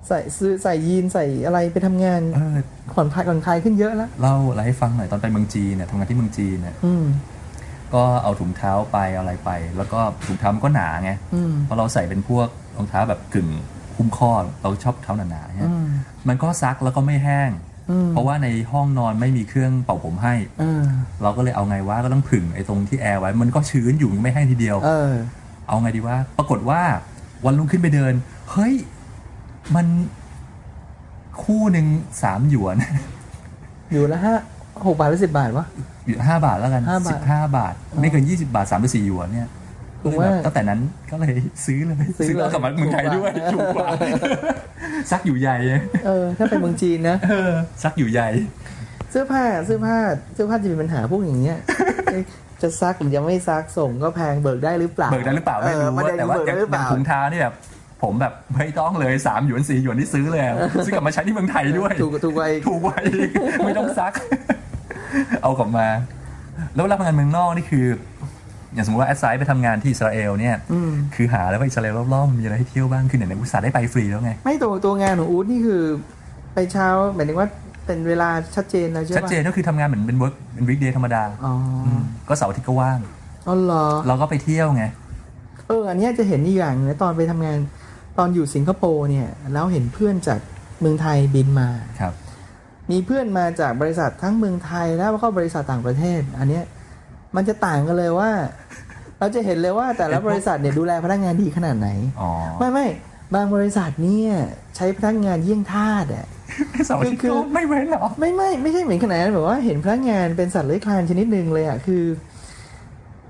Speaker 2: ใส่ซื้อใส่ยีนใส่อะไรไปทำงาน
Speaker 3: เออ
Speaker 2: ผ่อนคลายผ่อนคลายขึ้นเยอะแล้ว
Speaker 3: เล่าอะไรให้ฟังหน่อยตอนไปเมืองจีนเนี่ยทำงานที่เมืองจีนเนี่ย
Speaker 2: อืม
Speaker 3: ก็เอาถุงเท้าไปเอาอะไรไป แล้วก็ถุงเท้ามันก็หนาไง
Speaker 2: อืม
Speaker 3: เพราะเราใส่เป็นพวกรองเท้าแบบกึ่งหุ้มข้อเราชอบเท้าหนาๆ
Speaker 2: อื
Speaker 3: เนี่ย
Speaker 2: ม
Speaker 3: มันก็ซักแล้วก็ไม่แห้ง
Speaker 2: อืม
Speaker 3: เพราะว่าในห้องนอนไม่มีเครื่องเป่าผมให้
Speaker 2: อ่า
Speaker 3: เราก็เลยเอาไงวะก็ต้องผึ่งไอ้ตรงที่แอร์ไว้ มันก็ชื้นอยู่ไม่แห้งทีเดียว
Speaker 2: เออ
Speaker 3: เอาไงดีว่า ปรากฏว่าวันรุ่งขึ้นไปเดิน เฮ้ย มันคู่หนึ่งสามหยวน
Speaker 2: อยู่ละห้าหกบาทหรือสิบบาทวะ
Speaker 3: อยู่ห้าบาทแล้วกัน
Speaker 2: ห้าบาท
Speaker 3: สิบห้าบาท ไม่เกินยี่สิบาทสามหรือสี่หยวนเนี่ย
Speaker 2: ถู
Speaker 3: ก็
Speaker 2: ก
Speaker 3: เลยแบบ
Speaker 2: มาก
Speaker 3: ตั้งแต่นั้นก็เลยซื้อเลย
Speaker 2: ซื้อเลย
Speaker 3: แล้วกลับมาเมืองไทยด้วย
Speaker 2: ถู
Speaker 3: ถู
Speaker 2: ก
Speaker 3: ก
Speaker 2: ก
Speaker 3: ก
Speaker 2: ว่า
Speaker 3: ว่า ซักอยู่ใหญ่
Speaker 2: เออ ถ้าเป็นเมืองจีนนะ
Speaker 3: เออซักอยู่ใหญ่
Speaker 2: เสื้อผ้าเสื้อผ้าเสื้อผ้าจะมีปัญหาพวกอย่างเงี้ย จะซักหรือยังไม่ซักส่งก็แพงเบิกได้หรือเปล่า
Speaker 3: เบิกได้หรือเปล่าไม่
Speaker 2: อ
Speaker 3: รู้
Speaker 2: อประเด็น
Speaker 3: แต่ว่า
Speaker 2: เบิก
Speaker 3: อย่าง
Speaker 2: ได้หรือ
Speaker 3: อ
Speaker 2: เป
Speaker 3: ย่าง
Speaker 2: ล่า
Speaker 3: ถุงเท้านี่แบบผมแบบไม่ต้องเลยสามหยวนสี่หยวนที่ซื้อเลยอะซื้อกลับมาใช้ที่เมืองไทยด้วย
Speaker 2: ถูกถูกไว้
Speaker 3: ถูกไว้อีก ไม่ต้องซัก เอากลับมา แล้วรับงานเมืองนอกนี่คือ อย่างสมมติว่าแอดไซด์ไปทำงานที่อิสราเอลเนี่ย
Speaker 2: อืม
Speaker 3: คือหาแล้วว่าอิสราเอลรอบๆมันมีอะไรให้เที่ยวบ้างคือไหนๆอุตส่าห์ได้ไปฟรีแล้วไง
Speaker 2: ไม่ตัวตัวงานของอู๊ดนี่คือ ไปเช้าหมายถึงว่าเป็นเวลาชัดเจนเลยใช่ปะ
Speaker 3: ชัดเจนก็คือทำงานเหมือนเป็นเวิร์กเป็นวิกเดย์ธรรมดา
Speaker 2: อ๋อ
Speaker 3: มก็เสาร์อาทิตย์ก็ว่าง
Speaker 2: อ๋อเหรอ
Speaker 3: เราก็ไปเที่ยวไง
Speaker 2: เอออันเนี้ยจะเห็นอีกอย่างหนึงนะตอนไปทำงานตอนอยู่สิงคโปร์เนี่ย แล้วเห็นเพื่อนจากเมืองไทยบินมา
Speaker 3: ครับ
Speaker 2: มีเพื่อนมาจากบริษัททั้งเมืองไทยแล้วก็บริษัทต่างประเทศ อันเนี้ยมันจะต่างกันเลยว่า เราจะเห็นเลยว่าแต่ละบริษัทเนี่ยดูแลพนักงานดีขนาดไหน
Speaker 3: อ๋อ
Speaker 2: ไม่ไม่บางบริษัทเนี่ยใช้พนักงานเยี่ยงทาสอ่ะ
Speaker 3: เสาร์อาทิตย์
Speaker 2: คือ
Speaker 3: ก็ไม่เว้นเหรอ
Speaker 2: ไม่ไม่ไม่ใช่เหมือนขนาดนั้นแบบว่าเห็นพนักงานเป็นสัตว์เลื้อยคลานชนิดหนึ่งเลยอ่ะคือ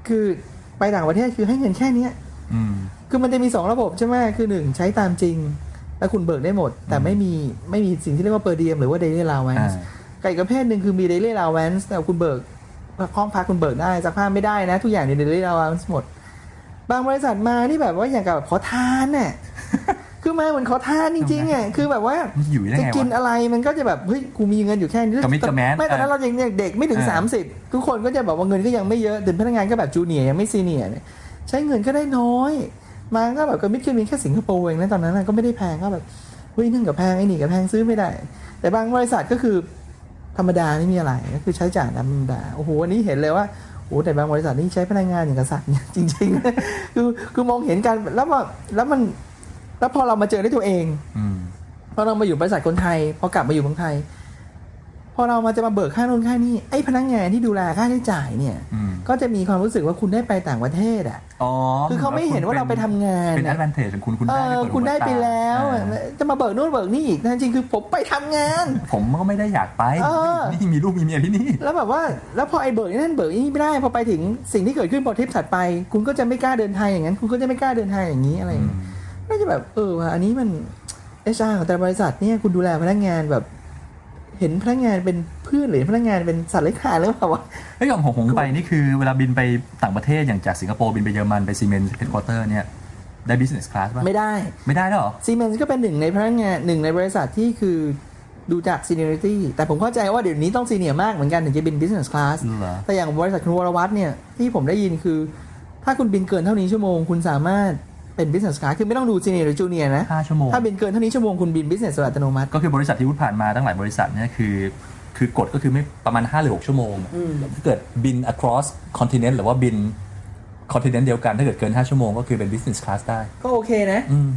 Speaker 2: คือไปต่างประเทศคือให้เงินแค่เนี้ย
Speaker 3: อืม
Speaker 2: คือมันจะมีสองระบบใช่ไหมคือหนึ่งใช้ตามจริง แล้วคุณเบิกได้หมด แต่
Speaker 3: อืม
Speaker 2: ไม่มีไม่มีสิ่งที่เรียกว่าเปอร์เดียมหรือว่าเดลี่ลาวัน
Speaker 3: อ่า
Speaker 2: ส์กับอีกประเภทหนึ่งคือมีเดลี่ลาวันส์แต่คุณเบิกห้องพักคุณเบิกได้สักผ้าไม่ได้นะ ทุกอย่างในเดลี่ลาวันส์หมด บางบริษัทมานี่แบบว่าอย่างกับขอทานน่ะ คือมาเหมือนขอทานจริงๆอ่ะคือแบบว่า
Speaker 3: มันอยู่ได้
Speaker 2: จะ
Speaker 3: ไง
Speaker 2: กิน
Speaker 3: วะ
Speaker 2: อะไรมันก็จะแบบเฮ้ยกูมีเงินอยู่แค่นี้
Speaker 3: กระมิดกระแม้น
Speaker 2: ไม่ตอนนั้นเรายังเด็กไม่ถึง
Speaker 3: เออ
Speaker 2: 30 ทุกคนก็จะแบบว่าเงินก็ยังไม่เยอะถึงพนักงานก็แบบจูเนียร์ยังไม่ซีเนียร์เนี่ยใช้เงินก็ได้น้อย มาก็แบบกระมิดกระเมียนแค่สิงคโปร์เองนะตอนนั้นน่ะก็ไม่ได้แพงก็แบบเฮ้ยนึ่งกับแพงไอ้นี่กับแพงซื้อไม่ได้ แต่บางบริษัทก็คือธรรมดาไม่มีอะไรก็คือใช้จ่ายตามธรรมดาโอ้โหอันนี้เห็นเลยว่าโอ้แต่บางบริษัทนี่ใช้พนักงานอย่างกษัตริย์เนี่ยจริงๆ คือคือมองเห็นกันแล้วมาแล้วมันแล้วพอเรามาเจอด้วยตัวเอง
Speaker 3: อืม
Speaker 2: พอเรามาอยู่บริษัทคนไทย พอกลับมาอยู่เมืองไทย พอเรามาจะมาเบิกค่านู่นค่านี่ไอ้พนักงานที่ดูแลค่าใช้จ่ายเนี่ย
Speaker 3: อืม
Speaker 2: ก็จะมีความรู้สึกว่าคุณได้ไปต่างประเทศอ่ะ
Speaker 3: อ๋อ
Speaker 2: คือเขาไม่เห็นว่าเราไปทำงาน
Speaker 3: เป็น
Speaker 2: อะ
Speaker 3: advantage ของคุณคุณ
Speaker 2: เอ
Speaker 3: ได้
Speaker 2: อ
Speaker 3: ม่เปิด
Speaker 2: คุณได้ไปแล้ว
Speaker 3: อ่า
Speaker 2: จะมาเบิกนู่นเบิกนี่อีกนะจริงๆคือผมไปทำงาน
Speaker 3: ผมก็ไม่ได้อยากไป
Speaker 2: เออ
Speaker 3: นี่มีลูกมีเมียที่นี่
Speaker 2: แล้วแบบว่า แล้วพอไอ้เบิกนั่นเบิกนี่ไม่ได้พอไปถึงสิ่งที่เกิดขึ้นพอทริปถัดไป คุณก็จะไม่กล้าเดินทางอย่างนั้น คุณก็จะไม่กล้าเดินทางอย่างนี้อะไรอย่างเงี้ย ก็จะแบบเออว่ะอันนี้มันเอชอาของแต่ละบริษัทเนี่ยคุณดูแลพนักงานแบบ เห็นพนักงานเป็นเพื่อนหรือพนักงานเป็นสัตว์เลี้อยงคลานหรือเปล่าวะ
Speaker 3: ไอ้ยอย่างของผมไปนี่คือเวลาบินไปต่างประเทศอย่างจากสิงคโปร์บินไปเยอรมันไปซีเมนต์เฮดควอเตอร์เนี่ย ได้ business class ป่ะ
Speaker 2: ไม่ได้
Speaker 3: ไม่ได้แล้วเหรอ
Speaker 2: ซีเมนส์ก็เป็นหนึ่งในพนักงานหนึ่งในบริษัทที่คือดูจากซีเนียริตี้แต่ผมเข้าใจว่าเดี๋ยวนี้ต้องซีเนียมากเหมือนกันถึงจะบิน business class
Speaker 3: เหรอ
Speaker 2: แต่อย่างบริษัทคุณวรวัตรเนี่ยที่ผมได้ยินคือ ถ้าคุณบินเกินเท่านี้ชั่วโมง คุณสามารถเป็น business class คือไม่ต้องดูซีเนียหรือจูเนียนะ
Speaker 3: ห้าชั่วโมง
Speaker 2: ถ้าบินเกินเท่านี้ชั่วโมงคุณบิน business โดยอัตโนมัติ
Speaker 3: ก็คือบริษัทที่วุฒิผ่านมาตั้งหลายบริษัทเนี่ยคือ คือกฎก็คือไม่ประมาณ 5 หรือ 6 ชั่วโมง
Speaker 2: อืม
Speaker 3: ถ้าเกิดบิน across continent หรือว่าบิน continent เดียวกันถ้าเกิดเกิน 5 ชั่วโมงก็คือเป็น business class ได้
Speaker 2: ก็โอเคนะ
Speaker 3: อืม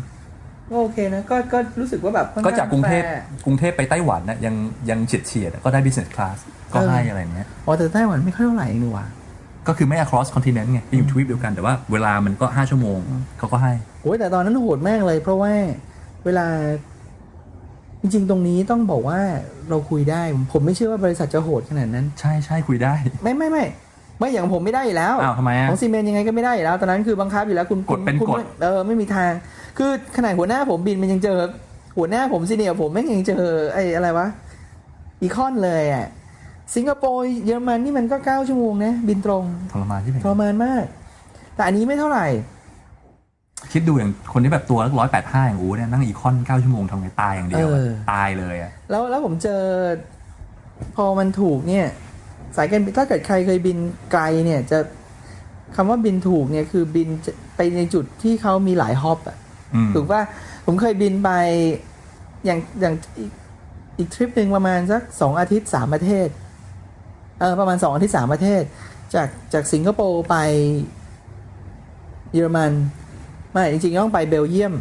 Speaker 2: ก็โอเคนะก็ก็รู้สึกว่าแบบค่อน
Speaker 3: ก็
Speaker 2: ข้
Speaker 3: จากกรุงเทพ
Speaker 2: แฟร์
Speaker 3: กรุงเทพไปไต้หวันนะยังยังเฉียดเฉียดๆอะก็ได้ business class ก็
Speaker 2: เออ
Speaker 3: ให้อะไรเนี้ย
Speaker 2: อ๋อแต่ไต้หวันไม่ค่อยเท่าไหร่เองนี่หว่า
Speaker 3: ก็คือไม่ across continent ไงไปอยู่ทวีปเดียวกันแต่ว่าเวลามันก็ 5 ชั่วโมงเขาก็ให้
Speaker 2: โอ้ยแต่ตอนนั้นโหดมากเลย เพราะว่าเวลา จริงๆ ตรงนี้ต้องบอกว่าเราคุยได้ ผมผมไม่เชื่อว่าบริษัทจะโหดขนาดนั้น
Speaker 3: ใช่ใช่คุยได้
Speaker 2: ไม่ไม่ไม่ไม่อย่างผมไม่ได้อยู่แล้ว
Speaker 3: อ้าวทำไมอะ
Speaker 2: ของซีเมนต์ยังไงก็ไม่ได้อยู่แล้ว ตอนนั้นคือบังคับอยู่แล้วคุณ
Speaker 3: กฎเป็น
Speaker 2: คุณ
Speaker 3: กฎ
Speaker 2: เออไม่มีทาง คือขนาดหัวหน้าผมบินมันยังเจอ หัวหน้าผมซีเนียร์ผมแม่งยังเจอไอ้อะไรวะอีคอนเลยอ่ะสิงคโปร์เยอรมันนี่มันก็เก้าชั่วโมงนะบินตรง
Speaker 3: ทรมานที่ไหน
Speaker 2: ทรมานมาก แต่อันนี้ไม่เท่าไหร่
Speaker 3: คิดดูอย่างคนที่แบบตัวร้อยแปดห้าอย่างอูเนี่ยนั่งอีคอนเก้าชั่วโมงทำไงตายอย่างเดียวอะ
Speaker 2: เออ
Speaker 3: ตายเลยอะ
Speaker 2: แล้วแล้วผมเจอ พอมันถูกเนี่ย สายการบินถ้าเกิดใครเคยบินไกลเนี่ย จะคำว่าบินถูกเนี่ยคือบินจะไปในจุดที่เขามีหลายฮอปอะ
Speaker 3: อืม
Speaker 2: ถูกว่าผมเคยบินไปอย่างอย่างอีกอีกทริปหนึ่งประมาณสักสองอาทิตย์สามประเทศเออประมาณสองอาทิตย์สามประเทศ จากจากสิงคโปร์ไปเยอรมัน ไม่จริงๆต้องไปเบลเยียม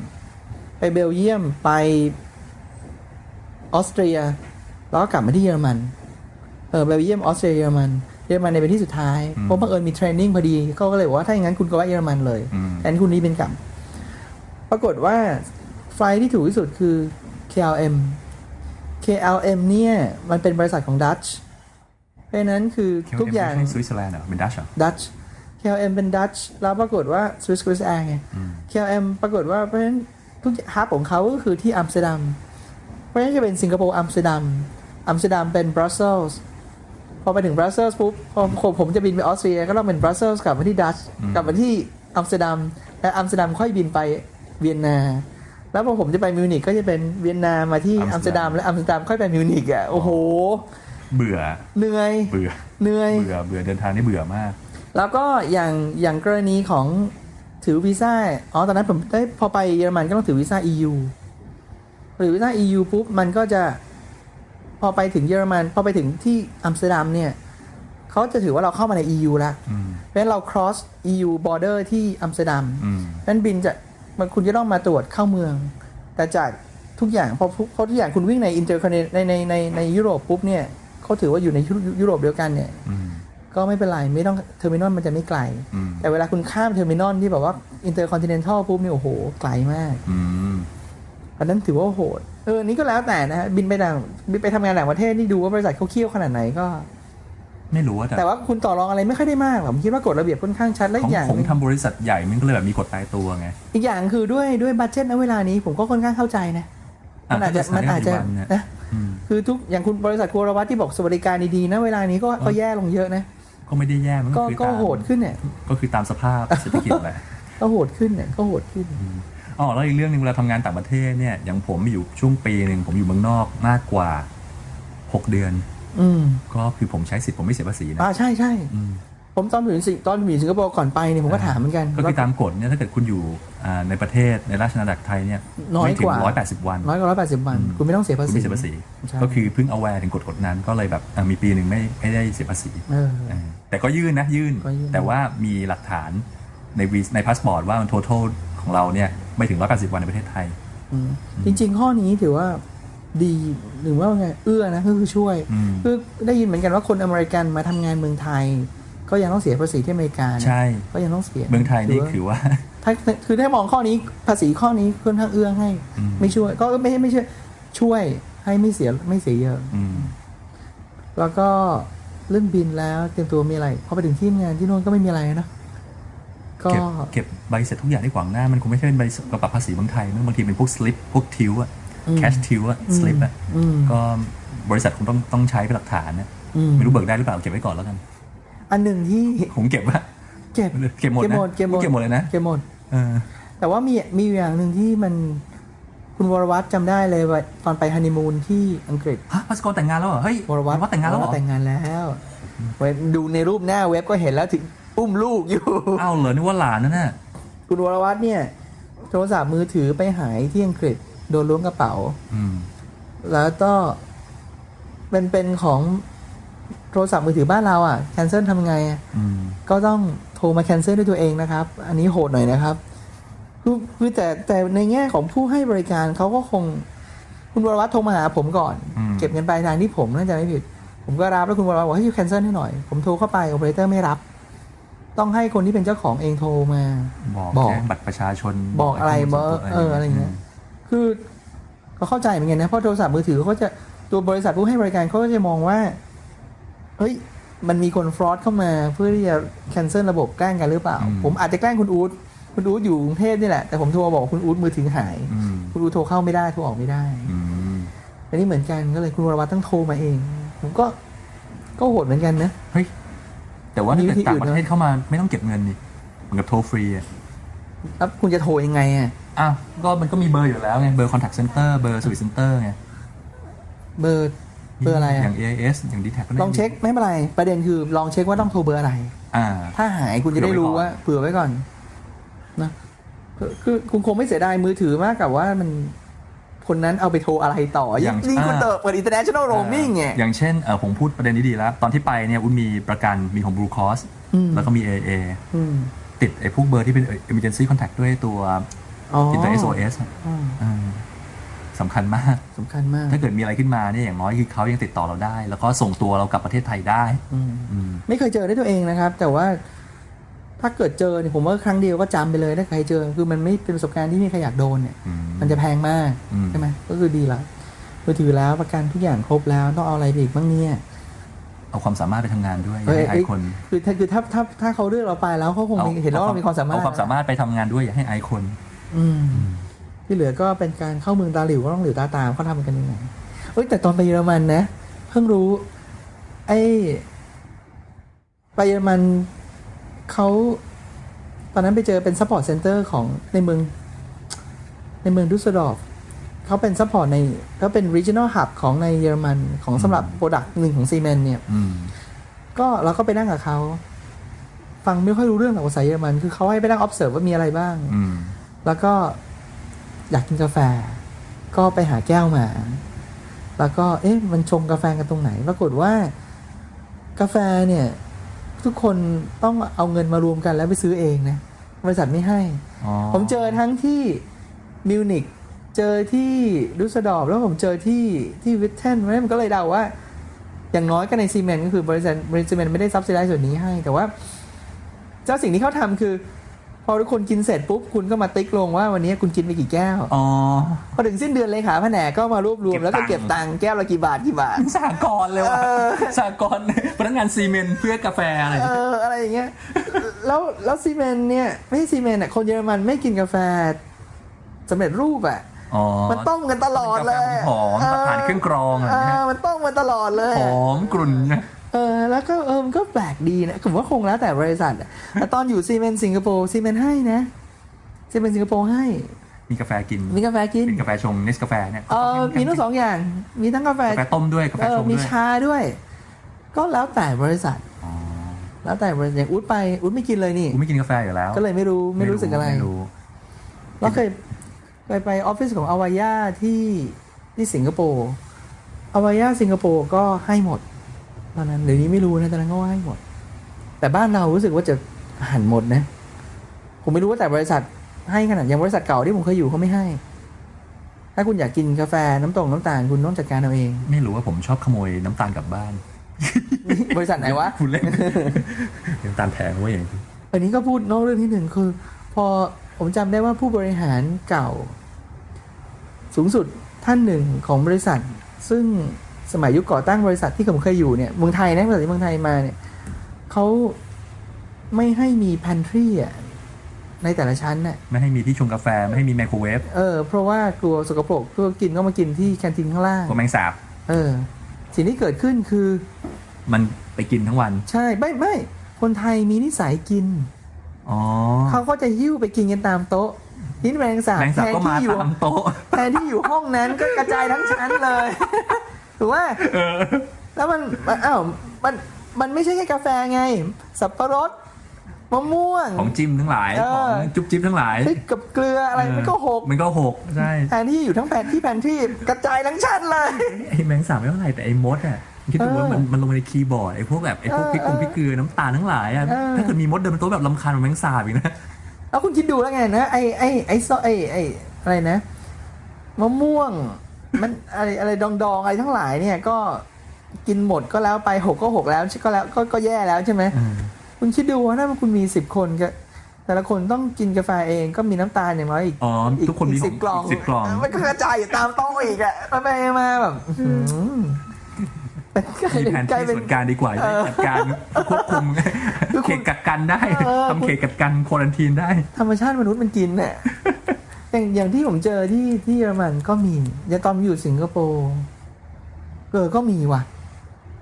Speaker 2: ไปเบลเยียมไปออสเตรีย แล้วก็กลับมาที่เยอรมันเออเบลเยียมออสเตรียเยอรมันเยอรมันในยเป็นที่สุดท้ายเพราะบังเอิญมีเทรนนิ่งพอดีเขาก็เลยบอกว่าถ้าอย่างนั้นคุณก็ว่าเยอรมันเลย
Speaker 3: อืม
Speaker 2: แทนคุณนี้เป็นกลับ ปรากฏว่าไฟล์ที่ถูกที่สุดคือ KLM KLM เนี่ยมันเป็นบริษัทของดัตช์เพราะฉะนั้นคือทุกอย่าง
Speaker 3: ไม่ใช่สวิตเซอร์แลนด์เหรอเป็นดัชเหรอ
Speaker 2: ดัตช์ KLM เป็นดัตช์แล้วปรากฏว่าสวิสก r สแอร์ไง
Speaker 3: อืม
Speaker 2: KLM ปรากฏว่าเพราะฉะนั้นทุกฮับของเขาก็คือที่อัมสเตอร์ดัม เพราะฉะนั้นจะเป็นสิงคโปร์อัมสเตอร์ดัม อัมสเตอร์ดัมเป็นบรัสเซลส์ พอไปถึงบรัสเซลส์ปุ๊บพอผมผมจะบินไปออสเตรียก็ต้องเป็นบรัสเซลส์กลับมาที่ดัช
Speaker 4: อืม
Speaker 2: กลับมาที่อัมสเตอร์ดัมและอัมสเตอร์ดัมค่อยบินไปเวียนนา แล้วพอผมจะไปมิวนิกก็จะเป็นเวียนนามาที่อัมสเตอร์ดัมและอัมสเตอร์ดัมค่อยไปมิวนิกอ่ะโอ้โห
Speaker 3: เบื่อ
Speaker 2: เหนื่อย
Speaker 3: เบื่อ
Speaker 2: เหนื่อย
Speaker 3: เบื่อเบื่อเดินทางนี่เบื่อมาก
Speaker 2: แล้วก็อย่างอย่างกรณีของถือวีซ่าอ๋อตอนนั้นผมได้พอไปเยอรมันก็ต้องถือวีซ่า EU หรือวีซ่า EU ปุ๊บมันก็จะพอไปถึงเยอรมัน พอไปถึงที่อัมสเตอร์ดัมเนี่ยเขาจะถือว่าเราเข้ามาใน EU ละ
Speaker 3: อืม
Speaker 2: เพราะฉะนั้นเรา cross EU border ที่อัมสเตอร์ดัม
Speaker 3: อืม
Speaker 2: นั้นบินจะมันคุณจะต้องมาตรวจเข้าเมือง แต่จากทุกอย่างพอพอทุกอย่างคุณวิ่งใน interconnect ในในในในยุโรปปุ๊บเนี่ยเขาถือว่าอยู่ในยุยุโรปเดียวกันเนี่ย
Speaker 3: อืม
Speaker 2: ก็ไม่เป็นไร ไม่ต้องเทอร์มินอลมันจะไม่ไกล
Speaker 3: อืม
Speaker 2: แต่เวลาคุณข้ามเทอร์มินอลที่แบบว่าอินเตอร์คอนติเนนทัลปุ๊บนี่โอ้โห ไกลมาก
Speaker 3: อืม
Speaker 2: อันนั้นถือว่าโหด เออ นี่ก็แล้วแต่นะฮะ บินไปต่างบินไปทำงานต่างประเทศนี่ดูว่าบริษัทเขาเคี่ยวขนาดไหนก็
Speaker 3: ไม่รู้ว่าแต่
Speaker 2: แต่ว่าคุณต่อรองอะไรไม่ค่อยได้มากหรอกผมคิดว่ากฎระเบียบค่อนข้างชัดและ
Speaker 3: ข
Speaker 2: อี
Speaker 3: อง
Speaker 2: กอย่าง
Speaker 3: ผมทำบริษัทใหญ่มันก็เลยแบบมีกฎตายตัวไง
Speaker 2: อีกอย่างคือด้วยด้วยบัตเจ็ตณเวลานี้ผมก็ค่อนข้างเข้าใจนะ
Speaker 3: ะ
Speaker 2: มันอาจจะ
Speaker 3: ถ้
Speaker 2: มันอาจ
Speaker 3: ส
Speaker 2: จะ
Speaker 3: ถกรณ์ปัจจุบัเนี่ย
Speaker 2: นะ
Speaker 3: อืม
Speaker 2: คือทุกอย่างคุณบริษัทครัวรวัตที่บอกสวัสดิการดีๆนะเวลานี้ก็ก็แย่ลงเยอะนะ
Speaker 3: ก็ไม่ได้แย่มัน
Speaker 2: ก็
Speaker 3: ก็คือ
Speaker 2: ก็
Speaker 3: ตาม
Speaker 2: โหดขึ้นเนี่ย
Speaker 3: ก็คือตามสภาพเศรษฐกิจแหละ
Speaker 2: ก็โหดขึ้นเนี่ยก็โหดขึ้น
Speaker 3: อ๋อแล้วอีกเรื่องหนึงเวลาทำงานต่างประเทศเนี่ยอย่างผมมีอยู่ช่วงปีหนึ่งผมอยู่เมืองนอกมากกว่า 6 เดือน
Speaker 2: อืม
Speaker 3: ก็คือผมใช้สิทธิ์ผมไม่เสียภาษีนะ
Speaker 2: อ่าใช่ใช่
Speaker 3: อืม
Speaker 2: ผมตอนอยู่สิงตอนอยู่สิงคโปร์ก่อนไปเนี่ยผมก็ถามเหมือนกัน
Speaker 3: ก็คือ
Speaker 2: ว่า
Speaker 3: ตามกฎเนี่ยถ้าเกิดคุณอยู่อ่าในประเทศในราชอาณาจักรไทยเนี่ย
Speaker 2: น้อย
Speaker 3: ไม่ถึ
Speaker 2: ก
Speaker 3: ง
Speaker 2: ว่า
Speaker 3: ร้อยแปดสิบวัน
Speaker 2: น้อยกว่าร้อยแปดสิบวัน
Speaker 3: อืม
Speaker 2: คุณไม่ต้องเสียภา
Speaker 3: คุณ
Speaker 2: ษี
Speaker 3: ไม่เสียภาษี
Speaker 2: ใช่
Speaker 3: ก็คือเพิ่ง aware ถึงกฎกฎนั้นก็เลยแบบอ่ะมีปีหนึ่งไม่ไม่ได้เสียภาษี
Speaker 2: เออ
Speaker 3: เออแต่ก็ยื่นนะยื่น
Speaker 2: ก็ยื่น
Speaker 3: แต่ว่ามีหลักฐานในวีในพาสปอร์ตว่ามัน total ของเราเนี่ยไม่ถึงร้อยแปดสิบวันในประเทศไทย
Speaker 2: อืมจริง ๆ ข้อนี้ถือว่าดีหรือว่าไงเอื้อนะก็คือช่วย
Speaker 3: อืม
Speaker 2: คือได้ยินเหมือนกันว่าคนอเมริกันมาทำงานเมืองไทย ก็ยังต้องเสียภาษีที่อเมริกานะ
Speaker 3: ใช่
Speaker 2: ก็ยังต้องเสีย
Speaker 3: เมืองไทยนี่คือว่า
Speaker 2: ถ้าคือถ้ามองข้อนี้ภาษีข้อนี้ค่อนข้างเอื้อให้
Speaker 3: อืม
Speaker 2: ไม่ช่วยก็ไม่ไม่ช่วยช่วยให้ไม่เสียไม่เสียเยอะ
Speaker 3: อืม
Speaker 2: แล้วก็เรื่องบินแล้วเตรียมตัวมีอะไรพอไปถึงที่ทำงานที่นู่นก็ไม่มีอะไรนะก็
Speaker 3: เก็บเก็บใบเสร็จทุกอย่างที่ขวางหน้า มันคงไม่ใช่เป็นใบกระปับภาษีเมืองไทยมั้งบางทีเป็นพวกสลิปพวกทิวอะ
Speaker 2: อืม
Speaker 3: แคชทิวอะสลิปอะ
Speaker 2: อืม
Speaker 3: ก็บริษัทคงต้องต้องใช้เป็นหลักฐานนะ
Speaker 2: อืม
Speaker 3: ไม่รู้เบิกได้หรือเปล่าเก็บไว้ก่อนแล้วกัน
Speaker 2: อันหนึ่งที่
Speaker 3: ผมเก็บว่า
Speaker 2: เก็บ
Speaker 3: เก็บหมดนะ
Speaker 2: เก็บหมด
Speaker 3: เก็บหมดเลยนะ
Speaker 2: เก็บหมด
Speaker 3: เออ
Speaker 2: แต่ว่ามีมีอยู่อย่างหนึ่งที่มันคุณวรวัตรจำได้เลยว่าตอนไปฮันนีมูนที่อังกฤษ
Speaker 3: ฮะพัสกรแต่งงานแล้วเหรอ เฮ้ยว
Speaker 2: รวัตร
Speaker 3: แต่งงานแล้วเหรอ
Speaker 2: แต่งงานแล้วเว้ยดูในรูปหน้าเว็บก็เห็นแล้วถึงอุ้มลูกอยู่
Speaker 3: อ้าวเหรอนึกว่าหลานนั่นน่ะ
Speaker 2: คุณวรวัตรเนี่ย โทรศัพท์มือถือไปหายที่อังกฤษโดนล้วงกระเป๋า
Speaker 3: อืม
Speaker 2: แล้วก็เป็นเป็นของโทรศัพท์มือถือบ้านเราอ่ะแคนเซิลทำไงอะ
Speaker 3: อืม
Speaker 2: ก็ต้องโทรมาแคนเซิลด้วยตัวเองนะครับ อันนี้โหดหน่อยนะครับ คือคือแต่แต่ในแง่ของผู้ให้บริการเขาก็คง คุณวรวัตรโทรมาหาผมก่อน เก็บเงินปลายทางที่ผมน่าจะไม่ผิด ผมก็รับแล้วคุณวรวัตรบอกให้ยูแคนเซิลให้หน่อย ผมโทรเข้าไปโอเปอเรเตอร์ไม่รับ ต้องให้คนที่เป็นเจ้าของเองโทรมา
Speaker 3: บอก
Speaker 2: บอก
Speaker 3: แจ้งบัตรประชาชน
Speaker 2: บอกอะไร
Speaker 3: ข้มูลส่วนตัว
Speaker 2: เอออะไรอย่างเงี้ย คือก็เข้าใจเหมือนกันนะ เพราะโทรศัพท์มือถือเขาก็จะตัวบริษัทผู้ให้บริการเขาก็จะมองว่า เฮ้ย มันมีคนฟรอดเข้ามาเพื่อที่จะแคนเซิลระบบแกล้งกันหรือเปล่า ผมอาจจะแกล้งคุณอู๊ดคุณอู๊ดอยู่กรุงเทพนี่แหละ แต่ผมโทรมาบอกคุณอู๊ดมือถือหาย
Speaker 3: อืม
Speaker 2: คุณอู๊ดโทรเข้าไม่ได้ โทรออกไม่ได้
Speaker 3: อืม
Speaker 2: อันนี้เหมือนกันก็เลยคุณวรวัตรต้องโทรมาเอง ผมก็ก็โหดเหมือนกันนะ
Speaker 3: เฮ้ย แต่ว่าถ้าเกิด
Speaker 2: มีวิธี
Speaker 3: ต่า
Speaker 2: อื่
Speaker 3: ง
Speaker 2: น
Speaker 3: ประเทศเข้ามาไม่ต้องเก็บเงินนี่เหมือนกับโทรฟรีอะ
Speaker 2: แล้วคุณจะโทรยังไงอ่ะ
Speaker 3: อ้าวก็มันก็มีเบอร์อยู่แล้วไง เบอร์ contact center เบอร์ service center ไง
Speaker 2: เบอร์เบอร์อะไร
Speaker 3: อ
Speaker 2: อ่ะ
Speaker 3: ย่าง AIS อย่าง d t a c ก็ได้
Speaker 2: ลองเช็คไม่เป็นไร ประเด็นคือลองเช็คว่าต้องโทรเบอร์อะไร
Speaker 3: อ่า
Speaker 2: ถ้าหายคุณจะได้รู้
Speaker 3: เผื่อไว้ก่อน
Speaker 2: ว่าเผื่อไว้ก่อนนะคือคือคุณคงไม่เสียดายมือถือมากกับว่ามันคนนั้นเอาไปโทรอะไรต่อยิ่งยิ่งคุณเติบเปิด international roaming ไง
Speaker 3: อย่างเช่นเออผมพูดประเด็นนี้ดีแล้ว ตอนที่ไปเนี่ยอุ้นมีประกันมีของ Blue Cross
Speaker 2: อืม
Speaker 3: แล้วก็มี AA
Speaker 2: อืม
Speaker 3: ติดไอ้พวกเบอร์ที่เป็น emergency contact ด้วยตัว
Speaker 2: อ๋อ
Speaker 3: ติดตัว SOS อะ
Speaker 2: อืม
Speaker 3: เออสำคัญมาก
Speaker 2: สำคัญมาก
Speaker 3: ถ้าเกิดมีอะไรขึ้นมาเนี่ยอย่างน้อยคือเขายังติดต่อเราได้ แล้วก็ส่งตัวเรากลับประเทศไทยได้
Speaker 2: อืม
Speaker 3: อืม
Speaker 2: ไม่เคยเจอด้วยตัวเองนะครับ แต่ว่าถ้าเกิดเจอเนี่ยผมว่าครั้งเดียวก็จำไปเลยถ้าใครเจอ คือมันไม่เป็นประสบการณ์ที่ไมีใครอยากโดนเนี่ย
Speaker 3: อืม
Speaker 2: มันจะแพงมาก
Speaker 3: อืม
Speaker 2: ใช่ไหมก็คือดีละมือถือแล้วประกันทุกอย่างครบแล้วต้องเอาอะไรไปอีกบ้างเนี่ย
Speaker 3: เอาความสามารถไปทำงานด้วยอ
Speaker 2: เอ้
Speaker 3: ย่าย ให้ไอ
Speaker 2: เอ้ย
Speaker 3: คน
Speaker 2: คือถ้าคือถ้าถ้าถ้าเขาเลือกเราไปแล้วเขาคงมีเห็นแล้วว่าเรามีความสามารถ
Speaker 3: เอความสามารถไปทำงานด้วยอย่าให้ไอคน
Speaker 2: อืมที่เหลือก็เป็นการเข้าเมืองตาหลิวก็ต้องหลิวตาตามเขาทำกันยังไงเอ้ยแต่ตอนไปเยอรมันนะ เพิ่งรู้ ไอ้ เยอรมันเขาตอนนั้นไปเจอเป็นซัพพอร์ตเซ็นเตอร์ของในเมือง ในเมืองดุสเซดอร์ฟเขาเป็นซัพพอร์ตในเขาเป็น regional hub ของในเยอรมันของสำหรับโปรดักต์หนึ่งของซีเมนเนี่ย
Speaker 3: อืม
Speaker 2: ก็เราก็ไปนั่งกับเขา ฟังไม่ค่อยรู้เรื่องหรอกภาษาเยอรมัน คือเขาให้ไปนั่ง observe ว่ามีอะไรบ้าง
Speaker 3: อืม
Speaker 2: แล้วก็อยากกินกาแฟ ก็ไปหาแก้วมา แล้วก็เอ๊ะมันชงกาแฟกันตรงไหน ปรากฏว่า กาแฟเนี่ย ทุกคนต้องเอาเงินมารวมกันแล้วไปซื้อเองนะ บริษัทไม่ให้
Speaker 3: อ๋อ
Speaker 2: ผมเจอทั้งที่มิวนิกเจอที่ดุสเซลดอร์ฟแล้วผมเจอที่ที่วิทเทนเพราะฉะนั้นผมก็เลยเดาว่า อย่างน้อยก็ในซีเมนต์ก็คือบริษัทบริษัทซีเมนต์ไม่ได้ซับซิไดส่วนนี้ให้ แต่ว่า เจ้าสิ่งที่เขาทำคือ พอทุกคนกินเสร็จปุ๊บ คุณก็มาติ๊กลงว่าวันนี้คุณกินไปกี่แก้ว
Speaker 3: อ๋อ
Speaker 2: พอถึงสิ้นเดือนเลยค่ะแผนกก็มารวบรวมแล้วก็เก็บตังค์แก้วละกี่บาทกี่บาท
Speaker 3: สหกรณ์เลยว่ะ
Speaker 2: เออ
Speaker 3: สหกรณ์พนักงานซีเมนต์เพื่อกาแฟอะไร
Speaker 2: เอออะไรอย่างเงี้ย แล้วแล้วซีเมนต์เนี่ยไม่ใช่ซีเมนต์อ่ะคนเยอรมันไม่กินกาแฟสำเร็จรูปอ่ะ
Speaker 3: อ๋อ
Speaker 2: มันต้มกันตลอดเลย
Speaker 3: กาแฟหอมๆผ่านเครื่องกรองอะไร
Speaker 2: เอ
Speaker 3: เงี้ย
Speaker 2: อมันต้มกันตลอดเลย
Speaker 3: หอมกลุ่นนะ
Speaker 2: เออ แล้วก็เออ มันก็แปลกดีนะ ผมว่าคงแล้วแต่บริษัทอะแต่ตอนอยู่ซีเมนต์สิงคโปร์ซีเมนต์ให้นะ ซีเมนต์สิงคโปร์ให้
Speaker 3: มีกาแฟกิน
Speaker 2: มีกาแฟกิน
Speaker 3: เป็นกาแฟชงเนสกาแฟเนี่ย
Speaker 2: เออ มีทั้งสองอย่าง มีทั้งกาแฟ
Speaker 3: กาแฟต้มด้วยกาแฟ
Speaker 2: เออ
Speaker 3: ชง
Speaker 2: มี
Speaker 3: ด้วย
Speaker 2: ชาด้วย ก็แล้วแต่บริษัท
Speaker 3: อ๋อ
Speaker 2: แล้วแต่บริษัท อย่างอุ๊ดไป อุ๊ดไม่กินเลยนี่
Speaker 3: กูไม่กินกาแฟอยู่แล้ว
Speaker 2: ก็เลยไม่รู้ ไม่รู้สึกอะไร
Speaker 3: ม่รู้
Speaker 2: เราเคยเคยไปออฟฟิศของอวายาที่ที่สิงคโปร์อวายาสิงคโปร์ก็ให้หมดตอนนั้นเดี๋ยวนี้ไม่รู้นะตอนนั้นก็ให้หมด แต่บ้านเรารู้สึกว่าจะหันหมดนะ ผมไม่รู้ว่าแต่บริษัทให้ขนาดอย่างบริษัทเก่าที่ผมเคยอยู่เขาไม่ให้ ถ้าคุณอยากกินกาแฟน้ำตรงน้ำตาลคุณต้องจัดการเอาเอง
Speaker 3: ไม่รู้ว่าผมชอบขโมยน้ำตาลกลับบ้าน
Speaker 2: บริษัทไหนวะ
Speaker 3: คุณเล่น น้ำตาลแพงเว้ย
Speaker 2: อันนี้ก็พูดนอกเรื่องที่หนึ่งคือ พอผมจำได้ว่าผู้บริหารเก่า สูงสุดท่านหนึ่งของบริษัท ซึ่งสมัยยุคก่อตั้งบริษัทที่ผมเคยอยู่เนี่ยเมืองไทยนะบริษัทที่เมืองไทยมาเนี่ยเขาไม่ให้มี pantry อ่ะในแต่ละชั้นน่ะ
Speaker 3: ไม่ให้มีที่ชงกาแฟ ไม่ให้มีไมโครเวฟ
Speaker 2: เออเพราะว่ากลัวสกปรกกลัวกินก็มากินที่แคนทีนข้างล่าง
Speaker 3: กลัวแมงสาบ
Speaker 2: เออ สิ่งที่เกิดขึ้นคือ
Speaker 3: มันไปกินทั้งวัน
Speaker 2: ใช่ไม่ไม่คนไทยมีนิสัยกิน
Speaker 3: อ๋อ
Speaker 2: เขาก็จะหิ้วไปกินกันตามโต๊ะทีนี่แมลงสาบ
Speaker 3: แมงสาบ
Speaker 2: แทน
Speaker 3: ก็มา
Speaker 2: ที่อยู่
Speaker 3: ตามโต๊ะ
Speaker 2: แทนที่อยู่ห้องนั้นก็กระจายทั้งชั้นเลย ถูกไหมแล้วมันมันอ้าวมันมันไม่ใช่แค่กาแฟไง สับปะรดมะม่วง
Speaker 3: ของจิ้มทั้งหลาย
Speaker 2: เออ
Speaker 3: ของจุ๊บจิ๊บทั้งหลาย
Speaker 2: พริกกับเกลืออะไรมันก็หก
Speaker 3: เออมันก็หกใช่
Speaker 2: แทนที่อยู่ทั้งแผนที่แผนที่กระจายทั้งชั้นเลย
Speaker 3: ไอ้แมงสาบไม่เท่าไหร่แต่ไอ้มดอ่ะคิดดูว่า
Speaker 2: เออ
Speaker 3: มันมันลงไปในคีย์บอร์ดไอ้พวกแบบไอ้พวก
Speaker 2: เออ
Speaker 3: พริกกงพริกเกลือน้ำตาลทั้งหลายอ่ะ
Speaker 2: เออ
Speaker 3: ถ้าเกิดมีมดเดินบนโต๊ะแบบลำคาญกว่าแมงสาบอีกนะ
Speaker 2: แล้วคุณคิดดูแล้วไงนะไอไอไอซอไอไออะไรนะมะม่วง มันอะไรอะไรดองดองๆอะไรทั้งหลายเนี่ยก็กินหมดก็แล้วไปหกก็หกแล้วก็แล้วก็ก็แย่แล้วใช่ไหม คุณคิดดูว่าถ้าคุณมีสิบคนก็แต่ละคนต้องกินกาแฟเองก็มีน้ำตาลอย่างน้อยอีก
Speaker 3: อ๋อทุกคนมี
Speaker 2: สิบกล่อง
Speaker 3: สิบกล่อง
Speaker 2: มันก็กระจายอยู่ตามโต๊ะอีกอะไปไปมาแบบอื้อหือเป็นกลาย
Speaker 3: มี
Speaker 2: เป็นกลาย
Speaker 3: แผนที่
Speaker 2: เป็น
Speaker 3: ส่วนกลารดีกว่าจะได้จัดการควบคุ ม
Speaker 2: คือคุณ
Speaker 3: เขตกักกันได้
Speaker 2: เออ
Speaker 3: ทำเขตกักกันควอรันทีนได้
Speaker 2: ธรรมชาติมนุษย์มันกิน น่ะอย่างอย่างที่ผมเจอที่ที่เยอรมันก็มีอย่างตอนอยู่สิงคโปร์เออก็มีว่ะ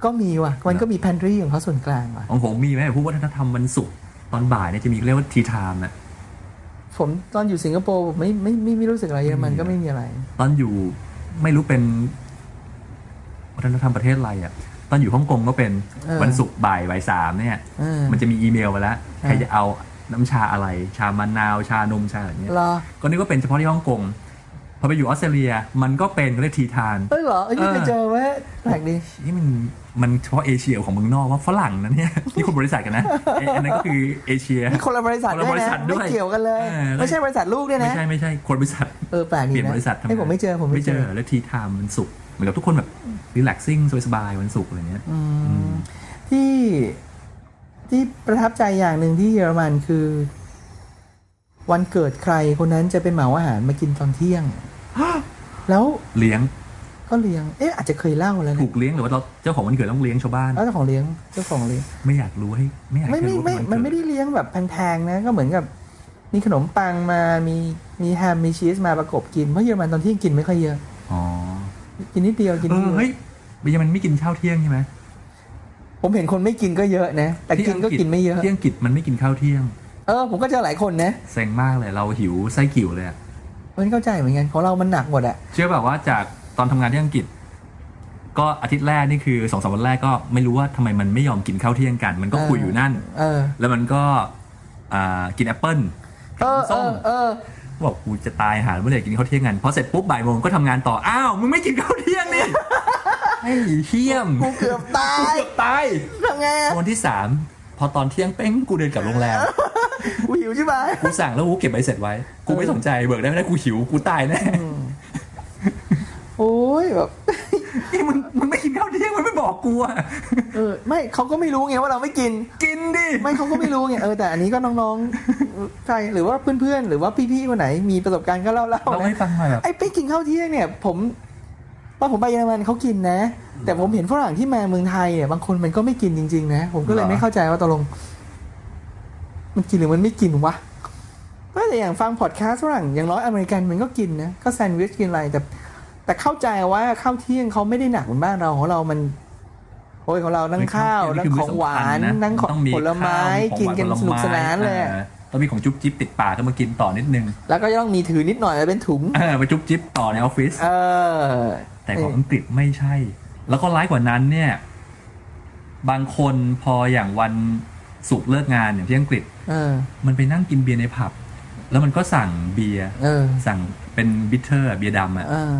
Speaker 2: ก็มีว่ะ มันก็มีแพนทรีของเขาส่วนกลางว่ะ
Speaker 3: ของผมมีไหมผู้วัฒนธรรมวันศุกร์ตอนบ่ายเนี่ยจะมีเรียกว่าทีไทม์นะ
Speaker 2: ผมตอนอยู่สิงคโปร์ผมไม่ไม่ไม่ไม่รู้สึกอะไรเยอรมันก็ไม่มีอะไร
Speaker 3: ตอนอยู่ไม่รู้เป็นวัฒนธรรมประเทศอะไรอ่ะ ตอนอยู่ฮ่องกงก็เป็น
Speaker 2: เออ
Speaker 3: วันศุกร์บ่ายบ่ายสามเนี่ย
Speaker 2: เออ
Speaker 3: มันจะมีอีเมลมาแล้วใคร
Speaker 2: เออ
Speaker 3: จะเอาน้ำชาอะไร ชามะนาวชานมชาอะไรอย่างเงี้ย
Speaker 2: รอ
Speaker 3: ก็นึกว่าเป็นเฉพาะที่ฮ่องกงพอไปอยู่ออสเตรเลีย มันก็เป็นเรียกทีทาน
Speaker 2: เอ้ยเหรอเอ้ยไม่เคยเจอเว้ยแปลกดี
Speaker 3: นี่มันมันเฉพาะเอเชียของเมืองนอกว่าฝรั่งนะเนี่ย นี่คนบริษัทกันนะเอ้ยอันนั้นก็คือเอเชีย
Speaker 2: นี่คนละบริษัท
Speaker 3: คน
Speaker 2: ด้
Speaker 3: ละ
Speaker 2: ว
Speaker 3: บ
Speaker 2: ย
Speaker 3: ริ
Speaker 2: นะ
Speaker 3: ษัทด้
Speaker 2: ไม่
Speaker 3: วย
Speaker 2: เกี่ยวกันเลย
Speaker 3: เออ
Speaker 2: ไม่ใช่บริษัทลูกด้วย
Speaker 3: ไม่
Speaker 2: นะ
Speaker 3: ใช่ไม่ใช่คนบริษัท
Speaker 2: เออแปลกดีนะ
Speaker 3: เปลี่ยนบริษัททำงาน
Speaker 2: ไอ้ยผมไม่เจอผม
Speaker 3: ไม่
Speaker 2: ไม่
Speaker 3: เจ
Speaker 2: เจ
Speaker 3: อ
Speaker 2: อ
Speaker 3: แล้วทีไทม์มันสุกร์เหมือนกับทุกคนแบบรีแลกซิ่งสบายๆวันศุกร์อะไรเงี้ย
Speaker 2: อืมที่ที่ประทับใจอย่างหนึ่งที่เยอรมันคือ วันเกิดใครคนนั้นจะไปเหมาอาหารมากินตอนเที่ยง แล้ว
Speaker 3: เลี้ยง
Speaker 2: ก็เลี้ยง เอ๊ะอาจจะเคยเล่าแล้ว
Speaker 3: ถู
Speaker 2: นะ
Speaker 3: กเลี้ยงหรือว่าเราเจ้าของวันเกิดต้องเลี้ยงชาวบ้าน
Speaker 2: แล้วเจ้าของเลี้ยงเจ้าของเลี้ยง
Speaker 3: ไม่อยากรู้ให้ไม่อยาก
Speaker 2: ไม่
Speaker 3: ให้
Speaker 2: ไม่
Speaker 3: รู้
Speaker 2: ไม่
Speaker 3: ว่า
Speaker 2: มัน
Speaker 3: น
Speaker 2: ไม่
Speaker 3: เกิ
Speaker 2: ได้
Speaker 3: ด
Speaker 2: เลี้ยงแบบแพงๆนะ ก็เหมือนกับ มีขนมปังมามีมีแฮมมีชีสมาประกบกินเพราะเยอรมันตอนเที่ยงกินไม่ค่อยเยอะ
Speaker 3: อ๋อ
Speaker 2: กินนิดเดียวกิน
Speaker 3: เอ
Speaker 2: นิด
Speaker 3: อ
Speaker 2: เดียว
Speaker 3: เฮ้ยเยอรมันไม่กินข้าวเที่ยงใช่ไหม
Speaker 2: ผมเห็นคนไม่กินก็เยอะนะ แต่กินก็กินไม่เยอะ
Speaker 3: ที่อังกฤษมันไม่กินข้าวเที่ยง
Speaker 2: เออ ผมก็เจอหลายคนนะ
Speaker 3: เซ็งมากเลยเราหิวไส้กิ่วเลยอะ
Speaker 2: ไม่เข้าใจเหมือนกันของเรามันหนักหมดอะ
Speaker 3: เชื่อแบบว่าจากตอนทำงานที่อังกฤษ ก็อาทิตย์แรกนี่คือสองสามวันแรกก็ไม่รู้ว่าทำไมมันไม่ยอมกินข้าวเที่ยงกัน มันก็คุยอยู่นั่น
Speaker 2: เออ
Speaker 3: แล้วมันก็อ่ากินแอปเปิ้ล
Speaker 2: เออเอ
Speaker 3: ส้ม
Speaker 2: อเออ
Speaker 3: บอกกูจะตายหาเมื่อไหร่กินข้าวเที่ยงกันพอเสร็จปุ๊บบ่ายโมงก็ทำงานต่ออ้าวมึงไม่กินข้าวเที่ยงนี่ ไอ้เที่ยม
Speaker 2: กูเกือบตาย
Speaker 3: ตาย
Speaker 2: ทำไงอะ
Speaker 3: วันที่สามพอตอนเที่ยงเป้งกูเดินกลับโรงแรม
Speaker 2: กูหิวใช่ไหม
Speaker 3: กูสั่งแล้วกูเก็บใบเสร็จไว้ กูไม่สนใจเบิกได้ไม่ได้กูหิว กูตายแน่
Speaker 2: โอ้ยแบบ
Speaker 3: นี่มันมันไม่กินข้าวเที่ยงมันไม่บอกกูอะ
Speaker 2: เออ ไม่เขาก็ไม่รู้ไงว่าเราไม่กิน
Speaker 3: กินดิ
Speaker 2: ไม่เขาก็ไม่รู้ไงเออแต่อันนี้ก็น้องๆ ใช่หรือว่าเพื่อนๆ หรือว่าพี่ๆคนไหนมีประสบการณ์ก็เล่าๆ
Speaker 3: เราให้
Speaker 2: นะ
Speaker 3: ฟังหน่อยแบบ
Speaker 2: ไอ้ไปกินข้าวเที่ยงเนี่ย ผมตอนผมไปเยอรมันเขากินนะ แต่ผมเห็นฝรั่งที่มาเมืองไทยเนี่ยบางคนมันก็ไม่กินจริงๆ นะ ผมก็เลยไม่เข้าใจว่าตกลง มันกินหรือมันไม่กินวะก็แต่อย่างฟังพอดแคสต์ฝรั่งอย่างน้อยอเมริกันมันก็กินนะก็แซนด์วิชกินอะไรแต่ แต่เข้าใจว่าข้าวเที่ยงเขาไม่ได้หนักเหมือนบ้านเราของเรามันโอ้ยของเรานั่งข้าวนั่งของหวาน
Speaker 3: มั
Speaker 2: นั่งของ
Speaker 3: ต้อง
Speaker 2: ผลไม้
Speaker 3: ข้าว
Speaker 2: กินกัน
Speaker 3: ของหว
Speaker 2: สนุกสนานเลย
Speaker 3: ผไม้อ่ต้องมีของจุ๊บจิ๊บติดปากก็มากินต่อนิดนึง
Speaker 2: แล้วก็ต้องมีถือนิดหน่อยแล้วเป็นถุง
Speaker 3: เออไปจุ๊บจิ๊บต่อในออฟฟิศ
Speaker 2: เออ
Speaker 3: แต่ของอังกฤษไม่ใช่ แล้วก็ร้ายกว่านั้นเนี่ย บางคนพออย่างวันศุกร์เลิกงานอย่างที่อังกฤษ
Speaker 2: เออ
Speaker 3: มันไปนั่งกินเบียร์ในผับ แล้วมันก็สั่งเบียร์
Speaker 2: เออ
Speaker 3: สั่งเป็นบิทเทอร์เบียร์ดำอะ
Speaker 2: เออ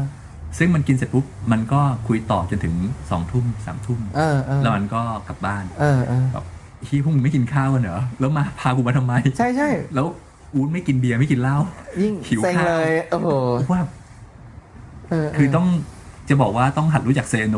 Speaker 3: ซึ่งมันกินเสร็จปุ๊บ มันก็คุยต่อจนถึงสองทุ่มสามทุ่ม
Speaker 2: เออ เออ
Speaker 3: แล้วมันก็กลับบ้าน
Speaker 2: เออเออ
Speaker 3: แบบที่พวกมึงไม่กินข้าวกันเหรอ แล้วมาพากูมาทำไม
Speaker 2: ใช่ใช่
Speaker 3: แล้วอู๊ดไม่กินเบียร์ไม่กินเหล้า
Speaker 2: ยิ่ง
Speaker 3: หิว
Speaker 2: เซ็ง
Speaker 3: ข้าว
Speaker 2: เลย โอ้โห
Speaker 3: ว่า
Speaker 2: เเ
Speaker 3: คือต้องจะบอกว่าต้องหัดรู้จักเซโน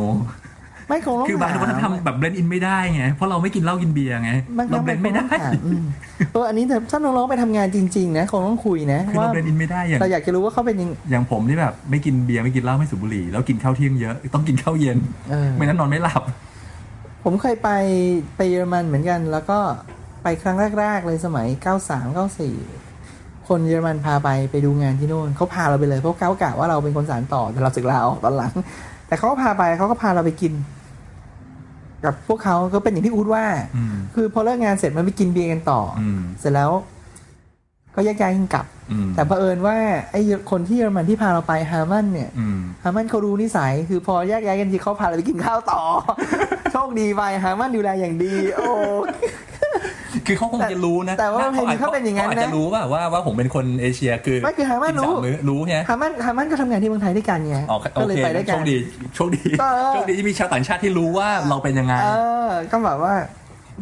Speaker 2: ไม่คงต้อง
Speaker 3: คือบางวัฒนธรรม
Speaker 2: ห
Speaker 3: แบบเบลนด์อินไม่ได้ไง เพราะเราไม่กินเหล้ากินเบียร์ไง
Speaker 2: บางค
Speaker 3: เรา
Speaker 2: รั้ง
Speaker 3: เบลนด์ไม่ได้
Speaker 2: คงต้องหาอืมเอออันนี้แต่ถ้าน้องๆไปทำงานจริง ๆ นะคงต้องคุยนะ
Speaker 3: คือ
Speaker 2: ว่า
Speaker 3: เราเบลนด์อินไม่ได้อย่าง
Speaker 2: เราอยากจะรู้ว่าเขาเป็นยัง
Speaker 3: อย่างผมที่แบบไม่กินเบียร์ไม่กินเหล้าไม่สูบบุหรี่แล้วกินข้าวเที่ยงเยอะต้องกินข้าวเย็น
Speaker 2: เออ
Speaker 3: ไม่นั้นนอนไม่หลับ
Speaker 2: ผมเคยไปไปเยอรมันเหมือนกัน แล้วก็ไปครั้งแรก ๆ เลยสมัย 93 94 คนเยอรมันพาไปไปดูงานที่โน่นเขาพาเราไปเลยเพราะเขากะว่าเราเป็นคนสารต่อแต่เราศึกลาออกตอนหลัง แต่เขาก็พาไปเขาก็พาเราไปกิน กับพวกเขาก็เป็นอย่างที่อูดว่า
Speaker 3: อืม
Speaker 2: คือพอเลิกงานเสร็จมันไปกินเบียร์กันต่ออ
Speaker 3: อืม
Speaker 2: เสร็จแล้ว ก็แยกย้ายกันกลับ
Speaker 3: อืม
Speaker 2: แต่เผอิญว่าไอ้คนที่เยอรมันที่พาเราไปฮามันเนี่ย
Speaker 3: อืม
Speaker 2: ฮามันเขารู้นิสัย คือพอแยกย้ายกันทีเขาพาเราไปกินข้าวต่อ โชคดีไปฮามันดูแลอย่างดี โอ้
Speaker 3: คือเขาคงจะรู้นะ
Speaker 2: แต่ว่า
Speaker 3: ห
Speaker 2: เห็นเขาเป็นอย่างนั้นนะ
Speaker 3: ขอาจจะรู้ว่าว่าว่าผมเป็นคนเอเชียคือ
Speaker 2: ไม่คือหาว่ารู้
Speaker 3: กินสมมื้อรู้ไง
Speaker 2: ฮามันฮามันก็ทำงานที่เมืองไทยด้วยกันไง
Speaker 3: อ๋อ
Speaker 2: ก็
Speaker 3: โอ
Speaker 2: เลย
Speaker 3: เค
Speaker 2: ไปด้วยกั
Speaker 3: โช
Speaker 2: น
Speaker 3: คดีโชคดี
Speaker 2: เออ
Speaker 3: โชคดีที่มีชาวต่างชาติที่รู้ว่าเราเป็นยังไง
Speaker 2: เออ ก็แบบว่า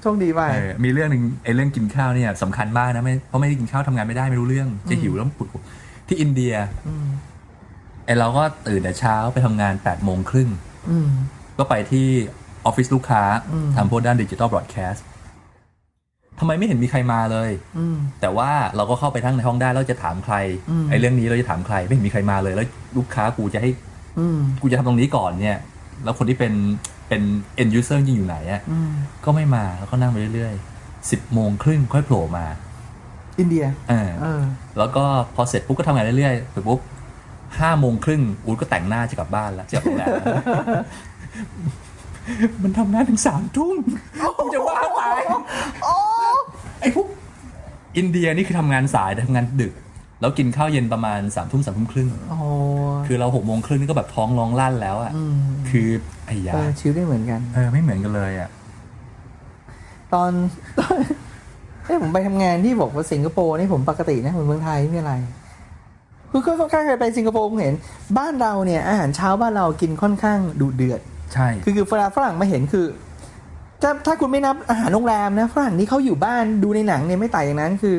Speaker 2: โชคดีไป
Speaker 3: เออมีเรื่องหนึ่งไอ้เรื่องกินข้าวเนี่ยสำคัญมากนะไม่เพราะไม่ได้กินข้าวทำงานไม่ได้ไม่รู้เรื่องจะหิวแล้วปวดหัวที่อินเดีย
Speaker 2: อืม
Speaker 3: ไอ้เราก็ตื่นแต่เช้าไปทำงาน8ปดโมงครึ่ง
Speaker 2: อืม
Speaker 3: ก็ไปที่ออฟฟิศลูกค้า
Speaker 2: อืม
Speaker 3: ทำพวกด้านดิจิตอลบล็อดแคสต์ทำไมไม่เห็นมีใครมาเลย
Speaker 2: อืม
Speaker 3: แต่ว่าเราก็เข้าไปทั้งในห้องได้แล้วจะถามใคร
Speaker 2: อืม
Speaker 3: ไอ้เรื่องนี้เราจะถามใครไม่เห็นมีใครมาเลย แล้วลูกค้ากูจะให้
Speaker 2: อืม
Speaker 3: กูจะทำตรงนี้ก่อนเนี่ย แล้วคนที่เป็นเป็น end user จริงอยู่ไหนอะ
Speaker 2: อืม
Speaker 3: ก็ไม่มาแล้วก็นั่งไปเรื่อยๆสิบโมงครึ่งค่อยโผล่มา
Speaker 2: อินเดีย
Speaker 3: เออ
Speaker 2: เออ
Speaker 3: แล้วก็พอเสร็จปุ๊บก็ทำงานเรื่อยๆเสร็จปุ๊บห้าโมงครึ่งอูดก็แต่งหน้าจะกลับบ้านแล้วจะ กลับโรงแรมแล้วมันทำงานถึงสามทุ่มกูจะบ้าตาย
Speaker 2: โอ้
Speaker 3: ไอ้พวกอินเดียนี่คือทำงานสายแต่ทำงานดึก แล้วกินข้าวเย็นประมาณสามทุ่มสามทุ่มครึ่ง
Speaker 2: โอ้
Speaker 3: คือเราหกโมงครึ่งนี่ก็แบบท้องร้องลั่นแล้วอะ่ะ
Speaker 2: อืม
Speaker 3: คือไอ้ยา
Speaker 2: เออชิวได้เหมือนกัน
Speaker 3: เออไม่เหมือนกันเลยอะ่ะ
Speaker 2: ตอน เอ้ยผมไปทำงานที่บอกว่าสิงคโปร์นี่ผมปกตินะเหมือนเมืองไทยไม่มีอะไรคือก็ค่อนข้างจะไปสิงคโปร์ผมเห็น บ้านเราเนี่ย อาหารเช้าบ้านเรากินค่อนข้างดุเดือด
Speaker 3: ใช่
Speaker 2: คือคือเวลาฝรั่งมาเห็นคือถ้าถ้าคุณไม่นับอาหารโรงแรมนะฝรั่งที่เขาอยู่บ้านดูในหนังเนี่ยไม่ต่างอย่างนั้น คือ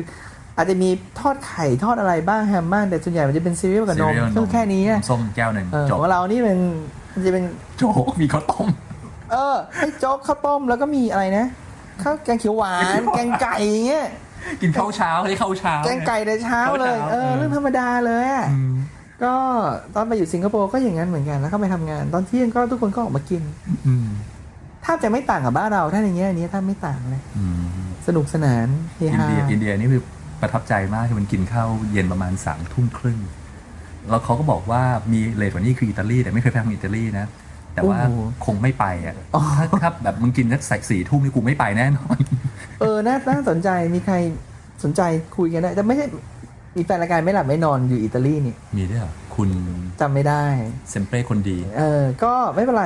Speaker 2: อาจจะมีทอดไข่ทอดอะไรบ้างแฮมบ้างแต่ส่วนใหญ่มันจะเป็นซีเรียลกับนม
Speaker 3: ซีเรียล
Speaker 2: ก็แค่นี้อะ
Speaker 3: ส้มแก้วหนึ่ง
Speaker 2: เออ
Speaker 3: จบ
Speaker 2: ของ เรานี่เป็นมันจะเป็น
Speaker 3: โจกมีข้าวต้ม
Speaker 2: เออให้โจ๊กข้าวต้มแล้วก็มีอะไรนะข้าวแกงเขียวหวาน แกงไก่อย่างเงี้ย
Speaker 3: กินข้าวเช้าให้ข้าวเช้า
Speaker 2: แกงไก่แต่เช้าเลย
Speaker 3: เช้าๆ
Speaker 2: เออ
Speaker 3: เออ
Speaker 2: เรื่องธรรมดาเลยอะ
Speaker 3: อืม
Speaker 2: ก็ตอนไปอยู่สิงคโปร์ก็อย่างนั้นเหมือนกัน แล้วก็ไปทำงาน ตอนเที่ยงก็ทุกคนก็ออกมากิน
Speaker 3: อืม
Speaker 2: แทบจะไม่ต่างกับบ้านเรา ถ้าในแง่นี้ถ้าไม่ต่างเลย
Speaker 3: อืม
Speaker 2: สนุกสนานเฮ
Speaker 3: อิน
Speaker 2: ฮา
Speaker 3: เดียอินเดียนี่คือประทับใจมากคือมันกินข้าวเย็นประมาณสามทุ่มครึ่งแล้วเขาก็บอกว่ามีเลทกว่านี้คืออิตาลีแต่ไม่เคยไปทางอิตาลีนะ แต่ว่า
Speaker 2: โอ้โห
Speaker 3: คงไม่ไปอ่ะถ้าถ้าแบบมึงกินแล้วใส่สี่ทุ่มนี่กูไม่ไปแน่นอน
Speaker 2: เออน่าน่าสนใจมีใครสนใจคุยกันได้แต่ไม่ใช่มีแฟนรายการไม่หลับไม่นอนอยู่อิตาลีนี่
Speaker 5: มีด้วยเหรอคุณ
Speaker 2: จำไม่ได้
Speaker 5: เซมเป้คนดี
Speaker 2: เออ ก็ไม่เป็นไร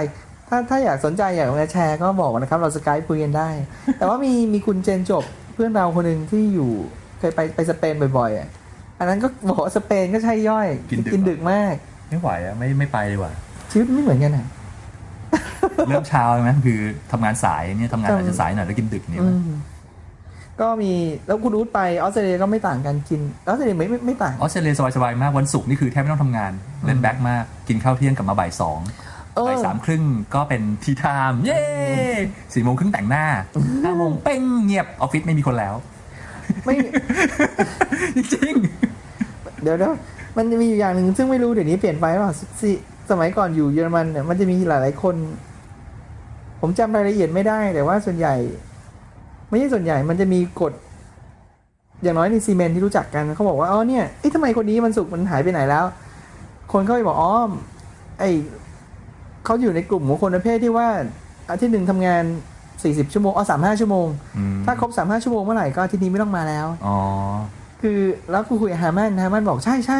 Speaker 2: ถ้าถ้าอยากสนใจอยากมาแชร์ก็บอกนะครับ เราสกายคุยกันได้ แต่ว่ามีมีคุณเจนจบเพื่อนเราคนหนึ่งที่อยู่เคยไปไปสเปนบ่อยๆอ่ะ อันนั้นก็บอกว่าสเปนก็ใช่ย่อย
Speaker 3: กินดึก
Speaker 2: นดึกมาก
Speaker 3: ไม่ไหวอ่ะไม่ไม่ไปดีกว่า
Speaker 2: ชีวิตไม่เหมือนกันอ่ะ
Speaker 3: เริ่มเช้าใช่ไหมคือทำงานสายเนี่ยทำงาน
Speaker 2: จำ
Speaker 3: อาจจะสายหน่อยแล้วกินดึกเนี่ย
Speaker 2: อืมก็มีแล้วคุณอู๊ดไปออสเตรเลียก็ไม่ต่างกันกินออสเตรเลียไม่ไม่ไม่ต่าง
Speaker 3: ออสเตรเลียสบายๆมากวันศุกร์นี่คือแทบไม่ต้องทำงานเล่นแบ็คมากกินข้าวเที่ยงกลับมาบ่ายสอง
Speaker 2: เออ
Speaker 3: บ่ายสามครึ่งก็เป็นทีไทม์เย้สี่โมงครึ่งแต่งหน้าห้าโมงเป้งเงียบออฟฟิศไม่มีคนแล้ว
Speaker 2: ไม่
Speaker 3: จริง
Speaker 2: เดี๋ยวนะมันจะมีอยู่อย่างหนึ่งซึ่งไม่รู้เดี๋ยวนี้เปลี่ยนไปหรือเปล่าสสสมัยก่อนอยู่เยอรมันเนี่ยมันจะมีหลาย ๆ คน ผมจำรายละเอียดไม่ได้ แต่ว่าส่วนใหญ่ ไม่ใช่ส่วนใหญ่ มันจะมีกฎอย่างน้อยในซีเมนที่รู้จักกันเขาบอกว่าอ๋อเนี่ยเอ๊ะทำไมคนนี้มันสุกมันหายไปไหนแล้ว คนเขาไปบอกอ๋อไอเขาอยู่ในกลุ่มของคนประเภทที่ว่าอาทิตย์หนึ่งทำงานสี่สิบชั่วโมงอ๋อสามห้าชั่วโมง
Speaker 3: ๆอืม
Speaker 2: ถ้าครบสามห้าชั่วโมงเมื่อไหร่ก็อาทิตย์นี้ไม่ต้องมาแล้ว
Speaker 3: อ๋อ
Speaker 2: คือแล้วกูคุยกับฮามันฮามันบอกใช่ใช่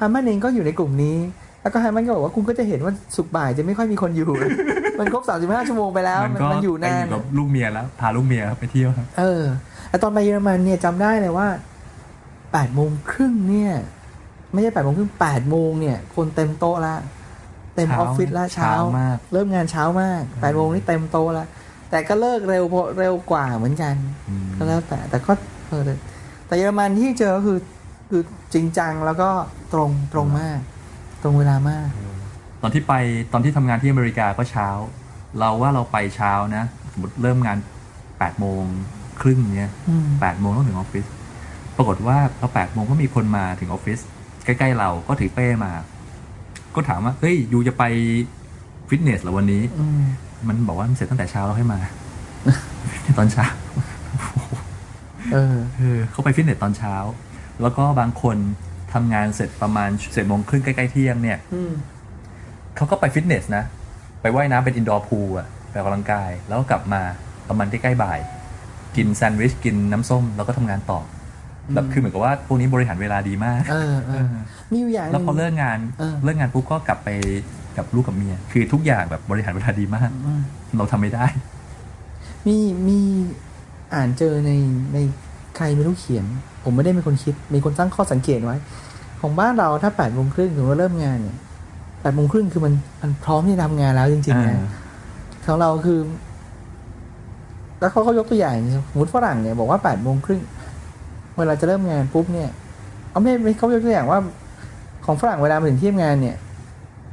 Speaker 2: ฮามันเองก็อยู่ในกลุ่มนี้ แล้วก็ฮามันก็บอกว่าคุณก็จะเห็นว่าสุกร์บ่ายจะไม่ค่อยมีคนอยู่ มันครบ 35 ชั่วโมงไปแล้ว
Speaker 3: มัน
Speaker 2: มัน
Speaker 3: ก็
Speaker 2: มันอยู่
Speaker 3: ไป
Speaker 2: นา
Speaker 3: อน ยู่กับลูกเมียแล้ว พาลูกเมียไปเที่ยว
Speaker 2: เออแต่ตอนไปเยอรมันเนี่ยจำได้เลยว่า8โมงครึ่งเนี่ย ไม่ใช่8โมงครึ่ง8โมงเนี่ย คนเต็มโต๊ะละเต็มอ
Speaker 3: เช้า
Speaker 2: อฟฟิศละเช้า
Speaker 3: เช้ามาก
Speaker 2: เริ่มงานเช้ามาก8โมงนี่เต็มโต๊ะละแต่ก็เลิกเร็วพอเร็วกว่าเหมือนกัน ก็แล้วแต่แต่ก็เออแต่แต่เยอรมันที่เจอก็คือคือจริงจังแล้วก็ตรงตรงมาก ตรงเวลามาก
Speaker 3: ตอนที่ไปตอนที่ทำงานที่อเมริกาก็เช้า เราว่าเราไปเช้านะ สมมติเริ่มงาน8ปดโมงครึ่งเนี้ย
Speaker 2: อืม
Speaker 3: แปดโมงต้องถึงออฟฟิศปรากฏว่าเราแปดโมงก็มีคนมาถึงออฟฟิศใกล้ๆเราก็ถือเป้มา ก็ถามว่าเฮ้ยยูจะไปฟิตเนสเหรอวันนี้
Speaker 2: อืม
Speaker 3: มันบอกว่ามันเสร็จตั้งแต่เช้าแล้วให้มา ตอนเช้า
Speaker 2: เออ
Speaker 3: เออเขาไปฟิตเนสตอนเช้า แล้วก็บางคนทำงานเสร็จประมาณเสร็จโมงครึ่งใกล้ๆเที่ยงเนี่ย
Speaker 2: อืม
Speaker 3: เขาก็ไปฟิตเนสนะ ไปว่ายน้ำเป็นอินดอร์พูลอะไปออกกำลังกาย แล้วก็กลับมาประมาณใกล้ๆบ่าย กินแซนด์วิช กินน้ำส้ม แล้วก็ทำงานต่ออแบบคือเหมือนกับว่าพวกนี้บริหารเวลาดีมาก
Speaker 2: เออเออมีอยู่อย่างห
Speaker 3: แล้ว
Speaker 2: นึ่ง
Speaker 3: พอเลิกงาน
Speaker 2: เออ
Speaker 3: เลิกงานปุ๊บก็กลับไปกับลูกกับเมีย คือทุกอย่างแบบบริหารเวลาดีมาก
Speaker 2: อืม
Speaker 3: เราทำไม่ได้
Speaker 2: มีมีอ่านเจอในในใครไม่รู้เขียน ผมไม่ได้เป็นคนคิด มีคนตั้งข้อสังเกตไว้ ของบ้านเราถ้าแปดโมงครึ่งถึงว่าเริ่มงานเนี่ยแปดโมงครึ่งคือมันมันพร้อมที่จะทำงานแล้วจริงๆนะ ของเราคือ แล้วเขาก็ยกตัวอย่างสมมติฝรั่งเนี่ยบอกว่าแปดโมงครึ่งเวลาจะเริ่มงานปุ๊บเนี่ยเอาไม่ไม่เขายกตัวอย่างว่า ของฝรั่งเวลามาถึงที่ทำงานเนี่ย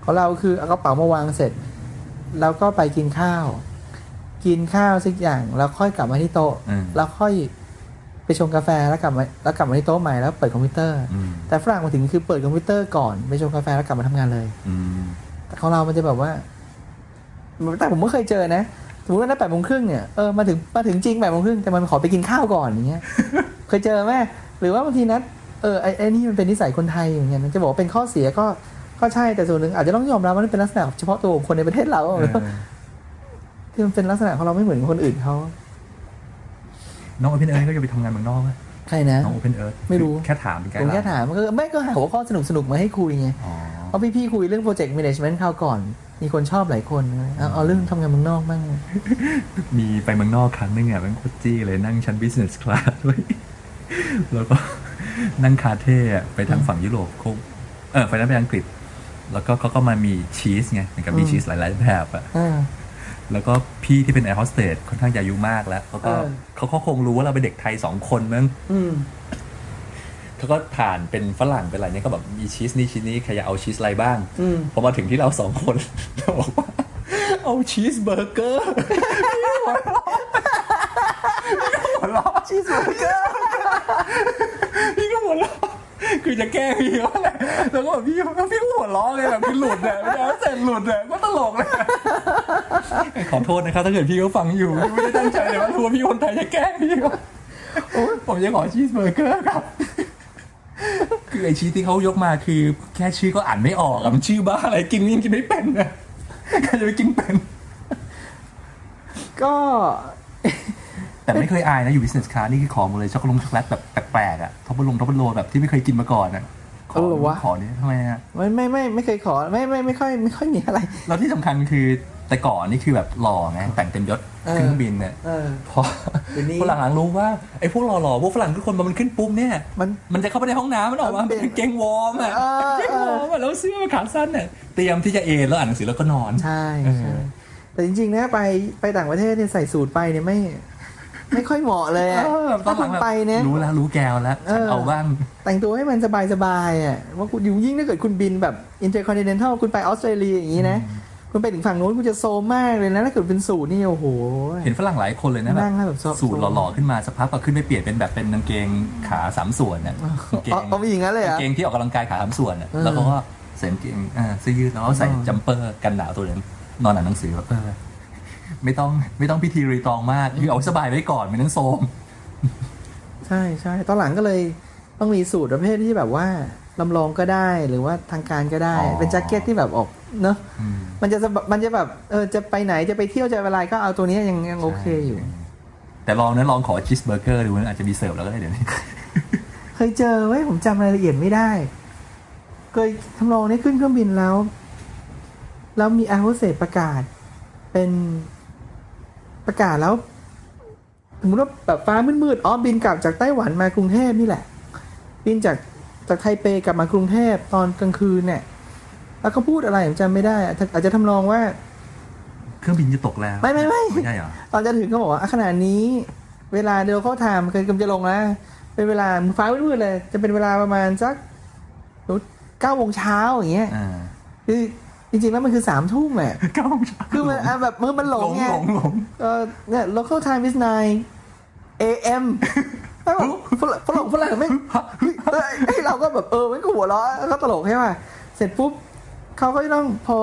Speaker 2: ของเราคือเอากระเป๋ามาวางเสร็จ แล้วก็ไปกินข้าว กินข้าวสักอย่าง แล้วค่อยกลับมาที่โต๊ะ
Speaker 3: อืม
Speaker 2: แล้วค่อยไปชงกาแฟแล้วกลับมาแล้วกลับมาที่โต๊ะใหม่แล้วเปิดคอมพิวเตอร์
Speaker 3: อืม
Speaker 2: แต่ฝรั่งมาถึงคือเปิดคอมพิวเตอร์ก่อนไปชงกาแฟแล้วกลับมาทำงานเลย
Speaker 3: อืม
Speaker 2: แต่ของเรามันจะแบบว่า แต่ผมไม่เคยเจอนะ สมมติว่านัดแปดโมงครึ่งเนี่ย เออ มาถึง มาถึงจริงแปดโมงครึ่งแต่มันขอไปกินข้าวก่อนอย่างเงี้ย เคยเจอไหมหรือว่าบางทีนัด เออ ไอ้ไอ้นี่มันเป็นนิสัยคนไทยอย่างเงี้ยนะจะบอกว่าเป็นข้อเสียก็ ก็ใช่ แต่ส่วนหนึ่งอาจจะต้องยอมรับว่ามันเป็นลักษณะเฉพาะตัวของคนในประเทศเรา
Speaker 3: เออ
Speaker 2: ที่มันเป็นลักษณะของเราไม่เหมือนคนอื่นเขา
Speaker 3: น้องโอเพนเอิร์ก็จะไปทำงานเมืองนอกไหม
Speaker 2: ใครนะ
Speaker 3: น้องโอเพนเอิร์
Speaker 2: ไม่รู้
Speaker 3: แค่ถามเป็นไกด์
Speaker 2: ผม
Speaker 3: ไล
Speaker 2: แค่
Speaker 3: น์
Speaker 2: ถามก็ไม่ก็หาหัวข้อสนุกสนุกๆมาให้คุยไง
Speaker 3: อ๋อ
Speaker 2: เพราะพี่ๆคุยเรื่องโปรเจกต์ a ม a g จเมนต์คราวก่อน มีคนชอบหลายคนนะเอาเอาเรื่องทำงานเมืองนอกบ้าง
Speaker 3: มีไปเมืองนอกครั้งหนึงอ่ะแม่งโคตรจี้เลยนั่งชั้น business class ด้วย แล้วก็ นั่งคาเท่อะไปทางฝั่งยุโรปคงเออไปนั้นไปอังกฤษ แล้วก็เขาก็มามีชีสไงเหมือนกับมี
Speaker 2: อืม
Speaker 3: ชีสหลาย ๆ แบบอะ
Speaker 2: อ่า
Speaker 3: แล้วก็พี่ที่เป็นแอร์โฮสเตสค่อนข้างจะอายุมากแล้วเขาก็
Speaker 2: เออ
Speaker 3: เขาก็คงรู้ว่าเราเป็นเด็กไทยสองคนมั้ง
Speaker 2: อืม
Speaker 3: เขาก็ผ่านเป็นฝรั่งเป็นอะไรเนี่ยก็แบบมีชีสนี่ชีสนี้ใครอยากเอาชีสอะไรบ้าง
Speaker 2: อืม
Speaker 3: พอมาถึงที่เราสองคน เราบอกว่าเอาชีสเบอร์เกอร์
Speaker 2: ชีสเบอร์เกอร์
Speaker 3: พี่ก็หัวเราะคือจะแกล้งพี่ว่าแหละแล้วก็แบบพี่แล้วพี่ก็หัวเราะเลยแบบพี่หลุดเนี่ยแล้วเสร็จหลุดเนี่ยก็ตลกเลย ขอโทษนะครับถ้าเกิดพี่เขาฟังอยู่ไม่ได้ตั้งใจเลยว่ารู้ว่าพี่คนไทยจะแกล้งพี่ว่าโอ้ยผมจะขอชีสเบอร์เกอร์ครับ คือไอชีสที่เขายกมาคือ แค่ชื่อก็อ่านไม่ออกอะมันชื่อบ้าอะไรกินนี่กินไม่เป็นนะ ใครจะไปกินเป็น
Speaker 2: ก็
Speaker 3: แต่ไม่เคยอายนะ อยู่ business class นี่คือของหมดเลยช็อกโกแลตช็อกโกแลตแบบแปลกๆอ่ะท็อปเปอร์ลงท็อปเปอร์โลแบบที่ไม่เคยกินมาก่อนอ่ะขอ
Speaker 2: เอาเหรอวะ
Speaker 3: ขอนี่ทำไมฮะ
Speaker 2: ไม่ไม่ไม่ไม่เคยขอไม่ไม่ไม่ค่อยไม่ค่อยมีอะไร
Speaker 3: แล้วที่สำคัญคือแต่ก่อนนี่คือแบบหล่อไงแต่งเต็มยศ
Speaker 2: เออ
Speaker 3: ขึ้นเครื่องบินเนี่ย
Speaker 2: เออ
Speaker 3: พอ
Speaker 2: เดี๋ยวนี้
Speaker 3: พอหลังๆรู้ว่าไอ้พวกหล่อๆพวกฝรั่งทุกคนพอมันขึ้นปุ๊บเนี่ย
Speaker 2: มัน
Speaker 3: มันจะเข้าไปในห้องน้ำมันออกมา
Speaker 2: มันเป็
Speaker 3: เป็นนเกงวอร์มอ่ะ
Speaker 2: เออ
Speaker 3: เกงวอร์มอะแล้วเสื้อมันขาสั้นอ่ะเตรียมที่จะเอนแล้วอ่านหนังสือแล้วก็นอน
Speaker 2: ใช่
Speaker 3: เออ
Speaker 2: ใช่แต่จริงๆนะไปไปต่างประเทศเนี่ยใส่สูตรไปเนี่ยไม่ ไม่ค่อยเหมาะเลยอะ
Speaker 3: เออตอ
Speaker 2: ถ้าน
Speaker 3: หลั
Speaker 2: คุ
Speaker 3: ง
Speaker 2: ณ
Speaker 3: แบบ
Speaker 2: ไปเนี่ย
Speaker 3: รู้แล้วรู้แกวแล้วฉัน
Speaker 2: เออ
Speaker 3: เอาบ้าง
Speaker 2: แต่งตัวให้มันสบายๆอ่ะว่าคุณอยู่ยิ่งถ้าเกิดคุณบินแบบ intercontinental คุณไปออสเตรเลียอย่างนี้นะ คุณไปถึงฝั่งโน้นคุณจะโซมมากเลยนะถ้าเกิดเป็นสูตรนี่โอ้โห
Speaker 3: เห็นฝรั่งหลายคนเลยนะแบ
Speaker 2: นั่
Speaker 3: บ
Speaker 2: งแล้วแบบซอฟ
Speaker 3: สูตร
Speaker 2: ซอฟ
Speaker 3: หล่อๆขึ้นมาสักพักก็ขึ้นไปเปลี่ยนเป็นแบบเป็นกางเกงขาสามส่วนน่ะกางเก
Speaker 2: เอา
Speaker 3: ง
Speaker 2: เอามีอย่างนั้นเลยเหร
Speaker 3: กา
Speaker 2: อ่ะ
Speaker 3: งเกงที่ออกกำลังกายขาสามส่วนน่ะ
Speaker 2: เออ
Speaker 3: แล้วเขาก็ใส่กางเกงอ่าเสื้อยืดแล้วก็ใส่จัมเปอร์กันหนาวตัวหนึงนอนอ่านหนังสือแบบเออไม่ต้องไม่ต้องพิธีรีตองมากคือเอาสบายไว้ก่อนไม่ต้องโซม
Speaker 2: ใช่ใช่ตอนหลังก็เลยต้องมีสูตรประเภทที่แบบว่าลำลองก็ได้หรือว่าทางการก็ได้
Speaker 3: อ๋อ
Speaker 2: เป็นแจ็คเก็ตที่แบบออกเนอะ
Speaker 3: อืม
Speaker 2: มันจะสบมันจะแบบเออจะไปไหนจะไปเที่ยวจะอะไรก็เอาตัวเนี้ยยังยังโอเคอยู่
Speaker 3: แต่ลองนะลองขอชีสเบอร์เกอร์ดูนะอาจจะมีเสิร์ฟแล้วก็ได้เดี๋ยว นี้
Speaker 2: เคยเจอไว้ยผมจำรายละเอียดไม่ได้ เคยทำลองนี้ขึ้นเครื่องบินแล้ว แล้วมีแอร์โฮสเตสประกาศ เป็นประกาศแล้วสมมติว่าแบบฟ้ามืดๆอ๋อบินกลับจากไต้หวันมากรุงเทพนี่แหละ บินจากจากไทเปกลับมากรุงเทพตอนกลางคืนเนี่ย แล้วก็พูดอะไรผมจำไม่ได้อาจจะอาจจะทำนองว่า
Speaker 3: เครื่องบินจะตกแล้ว
Speaker 2: ไม่ไม่ไม่
Speaker 3: ไม่ใช่เหรอ
Speaker 2: ตอนจะถึงเขาบอกว่าอ่ะขนาดนี้ เวลาเดียวเขาทำคือกำลังจะลงนะเป็นเวลาฟ้ามืดๆเลย จะเป็นเวลาประมาณสักเก้าโมงเช้าอย่างเงี้ย
Speaker 3: อ่า
Speaker 2: คือจริงๆแล้วมันคือสามทุ่มแหละ
Speaker 3: เก้าโมงเช้า
Speaker 2: คือมันอ่ะแบบมือมันหลงไง
Speaker 3: หลงหลง
Speaker 2: เออเนี่ย local time is 9 a.m. แล้วแบบฝรั่งฝรั่งฝรั่งไม่งเฮ้ยเฮ้ยเราก็แบบเออมันก็หัวเราะแล้วก็ตลกใช่ป่ะเสร็จปุ๊บเขาก็ต้องพอ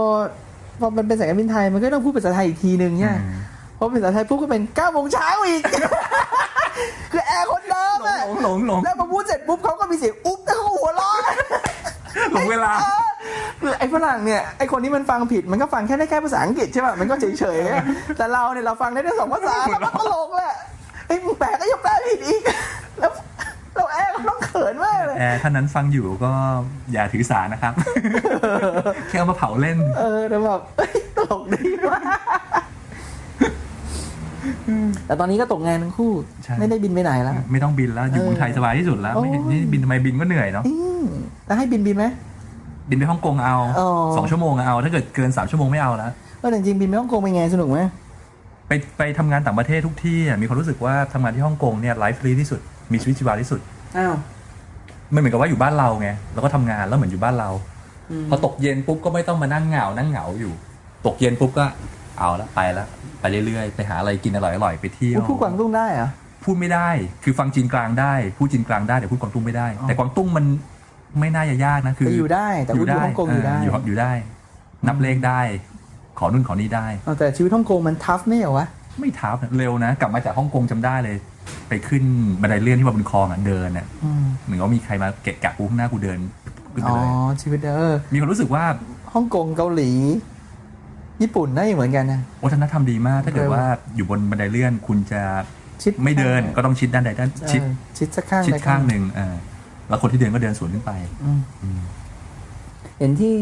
Speaker 2: พอมันเป็นสายการบินไทยมันก็ต้องพูดภาษาไทยอีกทีหนึ่งเนี่ย พอเป็นภาษาไทยปุ๊บก็เป็นเก้าโมงเช้าอีก คือแอร์คนเดิมอะ
Speaker 3: หลงหลงหลง
Speaker 2: แล้วพอพูดเสร็จปุ๊บเขาก็มีเสียงอุ๊บแล้วเขาหัวเร้อน
Speaker 3: หลงเวลา
Speaker 2: คือไอ้ฝรั่งเนี่ยไอ้คนที่มันฟังผิดมันก็ฟังแค่ได้แค่ภาษาอังกฤษใช่ป่ะมันก็เฉยเฉยๆอะแต่เราเนี่ยเราฟังได้ทั้งสองภาษาแล้วมันตลกแหละไอ้มึงแปลก็ยังแปลผิดอีก แล้วเราแอร์ก็ต้องเขินมากเลย
Speaker 3: แอร์ท่านนั้นฟังอยู่ก็อย่าถือสานะครับ แค่เอามาเผาเล่น
Speaker 2: เออแต่แบบ เอ้ยตลกดีว่ะ แต่ตอนนี้ก็ตกงานทั้งคู่
Speaker 3: ใช่
Speaker 2: ไม่ได้บินไปไหนแล้ว
Speaker 3: ไม่ต้องบินแล้ว อยู่เมืองไทยสบายที่สุดแล้ว ไม่เห็น
Speaker 2: โอ้ย
Speaker 3: นี่บินทำไมบินก็เหนื่อยเนาะ
Speaker 2: อืมแล้วให้บินบินไหม
Speaker 3: บินไปฮ่องกงเอา
Speaker 2: อ๋อ
Speaker 3: สองชั่วโมงเอา ถ้าเกิดเกินสามชั่วโมงไม่เอาแล้ว
Speaker 2: ก็จริงๆบินไปฮ่องกงเป็นไงสนุกไหม
Speaker 3: ไปไปทำงานต่างประเทศทุกที่อะมีความรู้สึกว่าทำงานที่ฮ่องกงเนี่ยไลฟ์ฟรีที่สุดมีชีวิตชีวาที่สุด
Speaker 2: อ้าว
Speaker 3: มันเหมือนกับว่าอยู่บ้านเราไงแล้วก็ทำงานแล้วเหมือนอยู่บ้านเรา พอตกเย็นปุ๊บก็ไม่ต้องมานั่งเหงา นั่งเหงาอยู่ ตกเย็นปุ๊บก็เอาละไปละไปเรื่อยๆ ไปหาอะไรกินอร่อยๆไปเที่ยว
Speaker 2: พูดกวางตุ้งได้เหรอ
Speaker 3: พูดไม่ได้ คือฟังจีนกลางได้ พูดจีนกลางได้แต่พูดกวางตุ้งไม่ได้
Speaker 2: อ๋อ
Speaker 3: แต่กวางตุ้งมันไม่น่าจะยากนะคือ
Speaker 2: แต่
Speaker 3: อ
Speaker 2: อยู่ได้แต่ว่าอยู่ฮ่องกงอยู่ได้
Speaker 3: เอยู่อยู่ได้ นับเลขได้ ขอนู่นขอนี่ได้
Speaker 2: เอาแต่ชีวิตฮ่องกงมันทัฟไม่เหรอวะ
Speaker 3: ไม่ท้าบเร็วนะ กลับมาจากฮ่องกงจำได้เลย ไปขึ้นบันไดเลื่อนที่มาบนคลองอ่ะเดินอ่ะ
Speaker 2: อืม
Speaker 3: เหมือนว่ามีใครมาเกะกะกูข้างหน้ากูเดินขึ้นไป
Speaker 2: อ๋อ
Speaker 3: เลย
Speaker 2: ชีวิตเออ
Speaker 3: มีความรู้สึกว่า
Speaker 2: ฮ่องกงเกาหลี ญี่ปุ่นน่าจะเหมือนกันนะ
Speaker 3: วัฒนธรรมดีมาก ถ้าเกิด
Speaker 2: เร็ว
Speaker 3: ว่าอยู่บนบันไดเลื่อนคุณจะ
Speaker 2: ชิด
Speaker 3: ไม่เดินก็ต้องชิดด้านใดด้าน
Speaker 2: เออ
Speaker 3: ชิด
Speaker 2: ชิดสักข้าง
Speaker 3: ชิด
Speaker 2: ไป
Speaker 3: ข้างหนึ่งเออแล้วคนที่เดินก็เดินสวนขึ้นไป
Speaker 2: อืมเห็นที่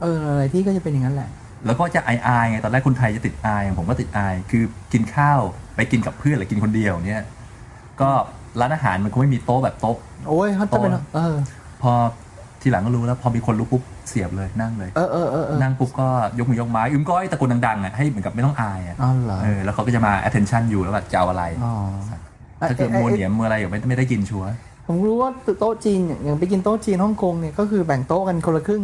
Speaker 2: เอออะไรที่ก็จะเป็นอย่างนั้นแหละ
Speaker 3: แล้วก็จะอายๆไงตอนแรกคนไทยจะติดอายอย่างผมก็ติดอาย คือกินข้าวไปกินกับเพื่อนหรือกินคนเดียวเนี่ย ก็ร้านอาหารมันก็ไม่มีโต๊ะแบบโต๊ะ
Speaker 2: โอ้ยเขาจะเป็น
Speaker 3: โตแล้ว
Speaker 2: เออ
Speaker 3: พอทีหลังก็รู้แล้ว พอมีคนรู้ปุ๊บเสียบเลยนั่งเลย
Speaker 2: เออเออเออเออ
Speaker 3: นั่งปุ๊บก็ยกมือยกไม้อึมก้อยตะโกนดังๆอ่ะให้เหมือนกับไม่ต้องอายอ่ะ
Speaker 2: อ๋อเหรอ
Speaker 3: เออแล้วเขาก็จะมา attention อยู่แล้วแบบจะเอาอะไร
Speaker 2: อ๋อไอ้
Speaker 3: ถ้าเกิด
Speaker 2: ไอ้
Speaker 3: มัวเห
Speaker 2: ไอ้
Speaker 3: นียมมัวอะไรอยู่ไม่ไม่ได้กินชัวร์
Speaker 2: ผมรู้ว่าโต๊ะจีนอย่างอย่างไปกินโต๊ะจีนฮ่องกงเนี่ยก็คือแบ่งโต๊ะกันคนละครึ่ง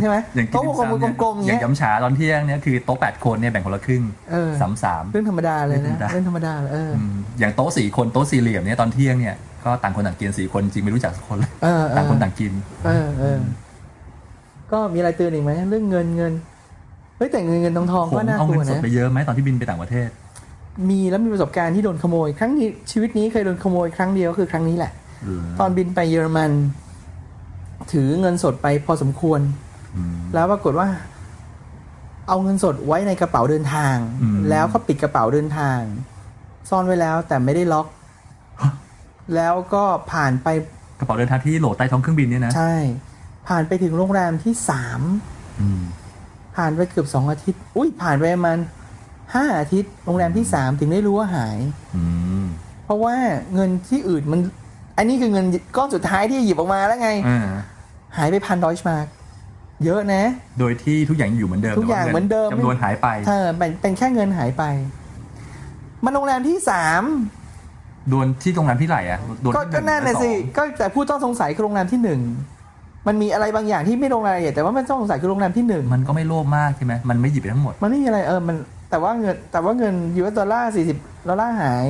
Speaker 2: ใช่ไหม
Speaker 3: อย่างกิน
Speaker 2: โต๊ะกลมๆกลมๆอย่าง
Speaker 3: อ
Speaker 2: เงี้
Speaker 3: ย่าง
Speaker 2: ย
Speaker 3: ย้ำฉาตอนเที่ยงเนี่ยคือโต๊ะแปดคนเนี่ยแบ่งคนละครึ่ง
Speaker 2: เออ
Speaker 3: สามสาม
Speaker 2: เรื่องธรรมดาเลยนะ
Speaker 3: เรื่
Speaker 2: เรื่อ
Speaker 3: อง ง
Speaker 2: ธรร
Speaker 3: ธรร
Speaker 2: ม
Speaker 3: ม
Speaker 2: ดา
Speaker 3: ดา
Speaker 2: เออ
Speaker 3: มอย่างโต๊ะสี่คนโต๊ะสี่เหลี่ยมเนี่ยตอนเที่ยงเนี่ยก็ต่างคนต่างกินสี่คนจริงไม่รู้จักสักคนเลย
Speaker 2: เออเออ
Speaker 3: ต่างคนต่างกิน
Speaker 2: เออเออ ก็มีอะไรเตือนอีกไหมเรื่องเงินเงินเฮ้ยแต่เงินเงินทองทอง
Speaker 3: ผม
Speaker 2: ก็น่า
Speaker 3: เอา
Speaker 2: กลั
Speaker 3: เงิ
Speaker 2: วน
Speaker 3: สด
Speaker 2: นะ
Speaker 3: ไปเยอะไหมตอนที่บินไปต่างประเทศ
Speaker 2: มีแล้วมีประสบการณ์ที่โดนขโมย ครั้งนี้ชีวิตนี้เคยโดนขโมยครั้งเดียวก็คือครั้งนี้แหละ ตอนบินไปเยอรมัน ถือเงินสดไปพอสมควร
Speaker 3: อืม
Speaker 2: แล้วปรากฏว่า เอาเงินสดไว้ในกระเป๋าเดินทาง
Speaker 3: อืม
Speaker 2: แล้วก็ปิดกระเป๋าเดินทาง ซ่อนไว้แล้วแต่ไม่ได้ล็อก แล้วก็ผ่านไป
Speaker 3: กระเป๋าเดินทางที่โหลดใต้ท้องเครื่องบินเนี่ยนะ
Speaker 2: ใช่ ผ่านไปถึงโรงแรมที่สาม
Speaker 3: อืม
Speaker 2: ผ่านไปเกือบสองอาทิตย์ อุ้ยผ่านไปประมันห้าอาทิตย์โรงแรมที่สามถึงได้รู้ว่าหาย
Speaker 3: อืม
Speaker 2: เพราะว่าเงินที่อื่นมัน อันนี้คือเงินก้อนสุดท้ายที่หยิบออกมาแล้วไง
Speaker 3: อ่า
Speaker 2: หายไปพันดอยชมาร์กเยอะนะ
Speaker 3: โดยที่ทุกอย่างยังอยู่เหมือนเดิม
Speaker 2: ทุกอย่าง
Speaker 3: แต่ว่
Speaker 2: เหมือนเดิม
Speaker 3: จำนวนหายไป
Speaker 2: เธอเป็นเป็นแค่เงินหายไป มันโรงแรมที่สาม
Speaker 3: โดนที่โรงแรมที่ไหนอ่ะโดน
Speaker 2: ก็
Speaker 3: ที่
Speaker 2: ก็นั่น
Speaker 3: หง
Speaker 2: น่ะ
Speaker 3: และ
Speaker 2: สิ
Speaker 3: อง
Speaker 2: ก็แต่ผู้ต้องสงสัยคือโรงแรมที่หนึ่งมันมีอะไรบางอย่างที่ไม่ลงรายละเอียดแต่ว่ามันต้องสงสัยคือโรงแรมที่หนึ่ง
Speaker 3: มันก็ไม่โลภมากใช่ไหมมันไม่หยิบไปทั้งหมด
Speaker 2: มันไม่มีอะไรเออมัน แต่ว่าเงินแต่ว่าเงินยูเอสดอลลาร์สี่สิบดอลลาร์หาย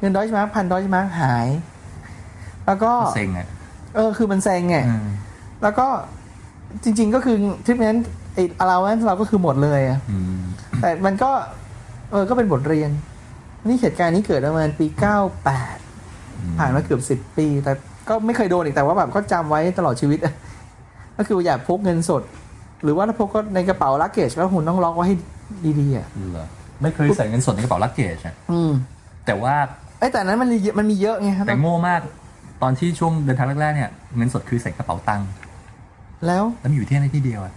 Speaker 2: เงินดอยชมาร์กพันดอยชมาร์กหาย แล้วก็
Speaker 3: เซ็งอ่ะ
Speaker 2: เออคือมันแซงไง
Speaker 3: อืม
Speaker 2: แล้วก็จริง ๆ ก็คือทริปนั้นไอ้อลาวันเราก็คือหมดเลยอะ
Speaker 3: อืม
Speaker 2: แต่มันก็ เออ ก็เป็นบทเรียน นี่เหตุการณ์นี้เกิดประมาณปี 98 ผ่านมาเกือบ 10 ปี แต่ก็ไม่เคยโดนอีก แต่ว่าแบบก็จำไว้ตลอดชีวิต ก็คืออย่าพกเงินสด หรือว่าถ้าพกก็ในกระเป๋าลักเกจก็หุ่นต้องล็อกไว้ให้ดีๆอ่ะ
Speaker 3: เหรอไม่เคยใส่เงินสดในกระเป๋าลักเกจอ่ะ
Speaker 2: อืม
Speaker 3: แต่ว่า
Speaker 2: ไอ้ยแต่อันนั้นมันมีเยอะมันมีเยอะไงครับ
Speaker 3: แต่โง่มากตอนที่ช่วงเดินทางแรกๆเนี่ยเงินสดคือใส่กระเป๋าตังค์
Speaker 2: แล้ว
Speaker 3: แล้วมีอยู่ที่ไหนที่เดียวอะ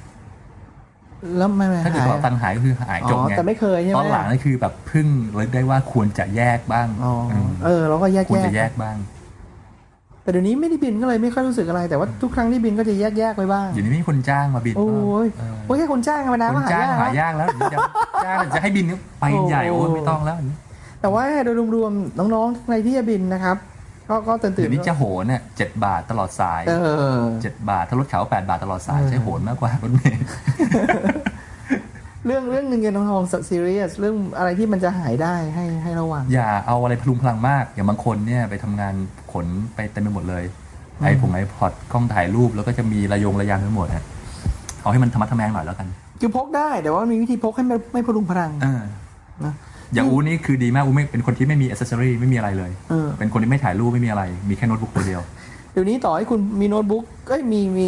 Speaker 2: แล้วมัน
Speaker 3: ถ้าเกิด
Speaker 2: หาย
Speaker 3: กระเป๋าตังค์หายก็คือหาย
Speaker 2: อ๋
Speaker 3: จบ
Speaker 2: อ
Speaker 3: ไง
Speaker 2: แต่ไม่เคยใช่ไหม
Speaker 3: ตอนหลังนี่คือแบบเพึ่งเลยได้ว่าควรจะแยกบ้าง
Speaker 2: อ๋อ
Speaker 3: ม
Speaker 2: เออเราก็แยก
Speaker 3: ควร
Speaker 2: แยก
Speaker 3: จะแยกบ้าง
Speaker 2: แต่เดี๋ยวนี้ไม่ได้บินก็เลยไม่ค่อยรู้สึกอะไรแต่ว่าทุกครั้งที่บินก็จะแยกแยกๆไว้บ้าง
Speaker 3: เดี๋ยวนี้ไม่มีคนจ้างมาบิน
Speaker 2: โอ้ย
Speaker 3: เออ
Speaker 2: โอ้ยแค่คนจ้างธรรมดา
Speaker 3: คน
Speaker 2: ก็หา
Speaker 3: จ้าง
Speaker 2: ยาก
Speaker 3: หา
Speaker 2: แล้ว
Speaker 3: ยากแล้วเดี๋ยวจะจ้างจะให้บินเนี่ยไปกันใหญ่
Speaker 2: โอ้
Speaker 3: โอ้ยไม่ต้องแล้วอันนี้
Speaker 2: แต่ว่าโดยรวมๆน้องๆในที่จะบินนะครับ ก็ก็ตื่นตื่
Speaker 3: เดี๋ย
Speaker 2: น
Speaker 3: วนี้จะโหนเนี่ยเจ็ดบาทตลอดสาย
Speaker 2: เออ
Speaker 3: เจ็ดบาทถ้ารถเขาแปดบาทตลอดสาย
Speaker 2: เออ
Speaker 3: ใช้โหนมากกว่ารถเมล์
Speaker 2: เรื่องเรื่องเงินเงินทองทองซีเรียสเรื่องอะไรที่มันจะหายได้ให้ให้ระวัง
Speaker 3: อย่าเอาอะไรพลุงพลังมาก อย่างบางคนเนี่ยไปทำงานขนไปเต็มไปหมดเลย
Speaker 2: อืม
Speaker 3: ไอผงไอพอดกล้องถ่ายรูปแล้วก็จะมีระยงระยางไปหมดฮะเอาให้มันธรรมะธรรแมงหน่อยแล้วกัน
Speaker 2: คือพกได้แต่ว่ามีวิธีพกให้ไม่ไม่พลุงพลัง
Speaker 3: เออ
Speaker 2: นะ
Speaker 3: อย่างอูนี่คือดีมากอูไม่เป็นคนที่ไม่มีอ c เซสซอรีไม่มีอะไรเลย
Speaker 2: เออ
Speaker 3: เป็นคนที่ไม่ถ่ายรูปไม่มีอะไร มีแค่โน้ตบุ๊กตัวเดียว
Speaker 2: เดี๋ยวนี้ต่อให้คุณมีโน้ตบุ๊กก็มีมี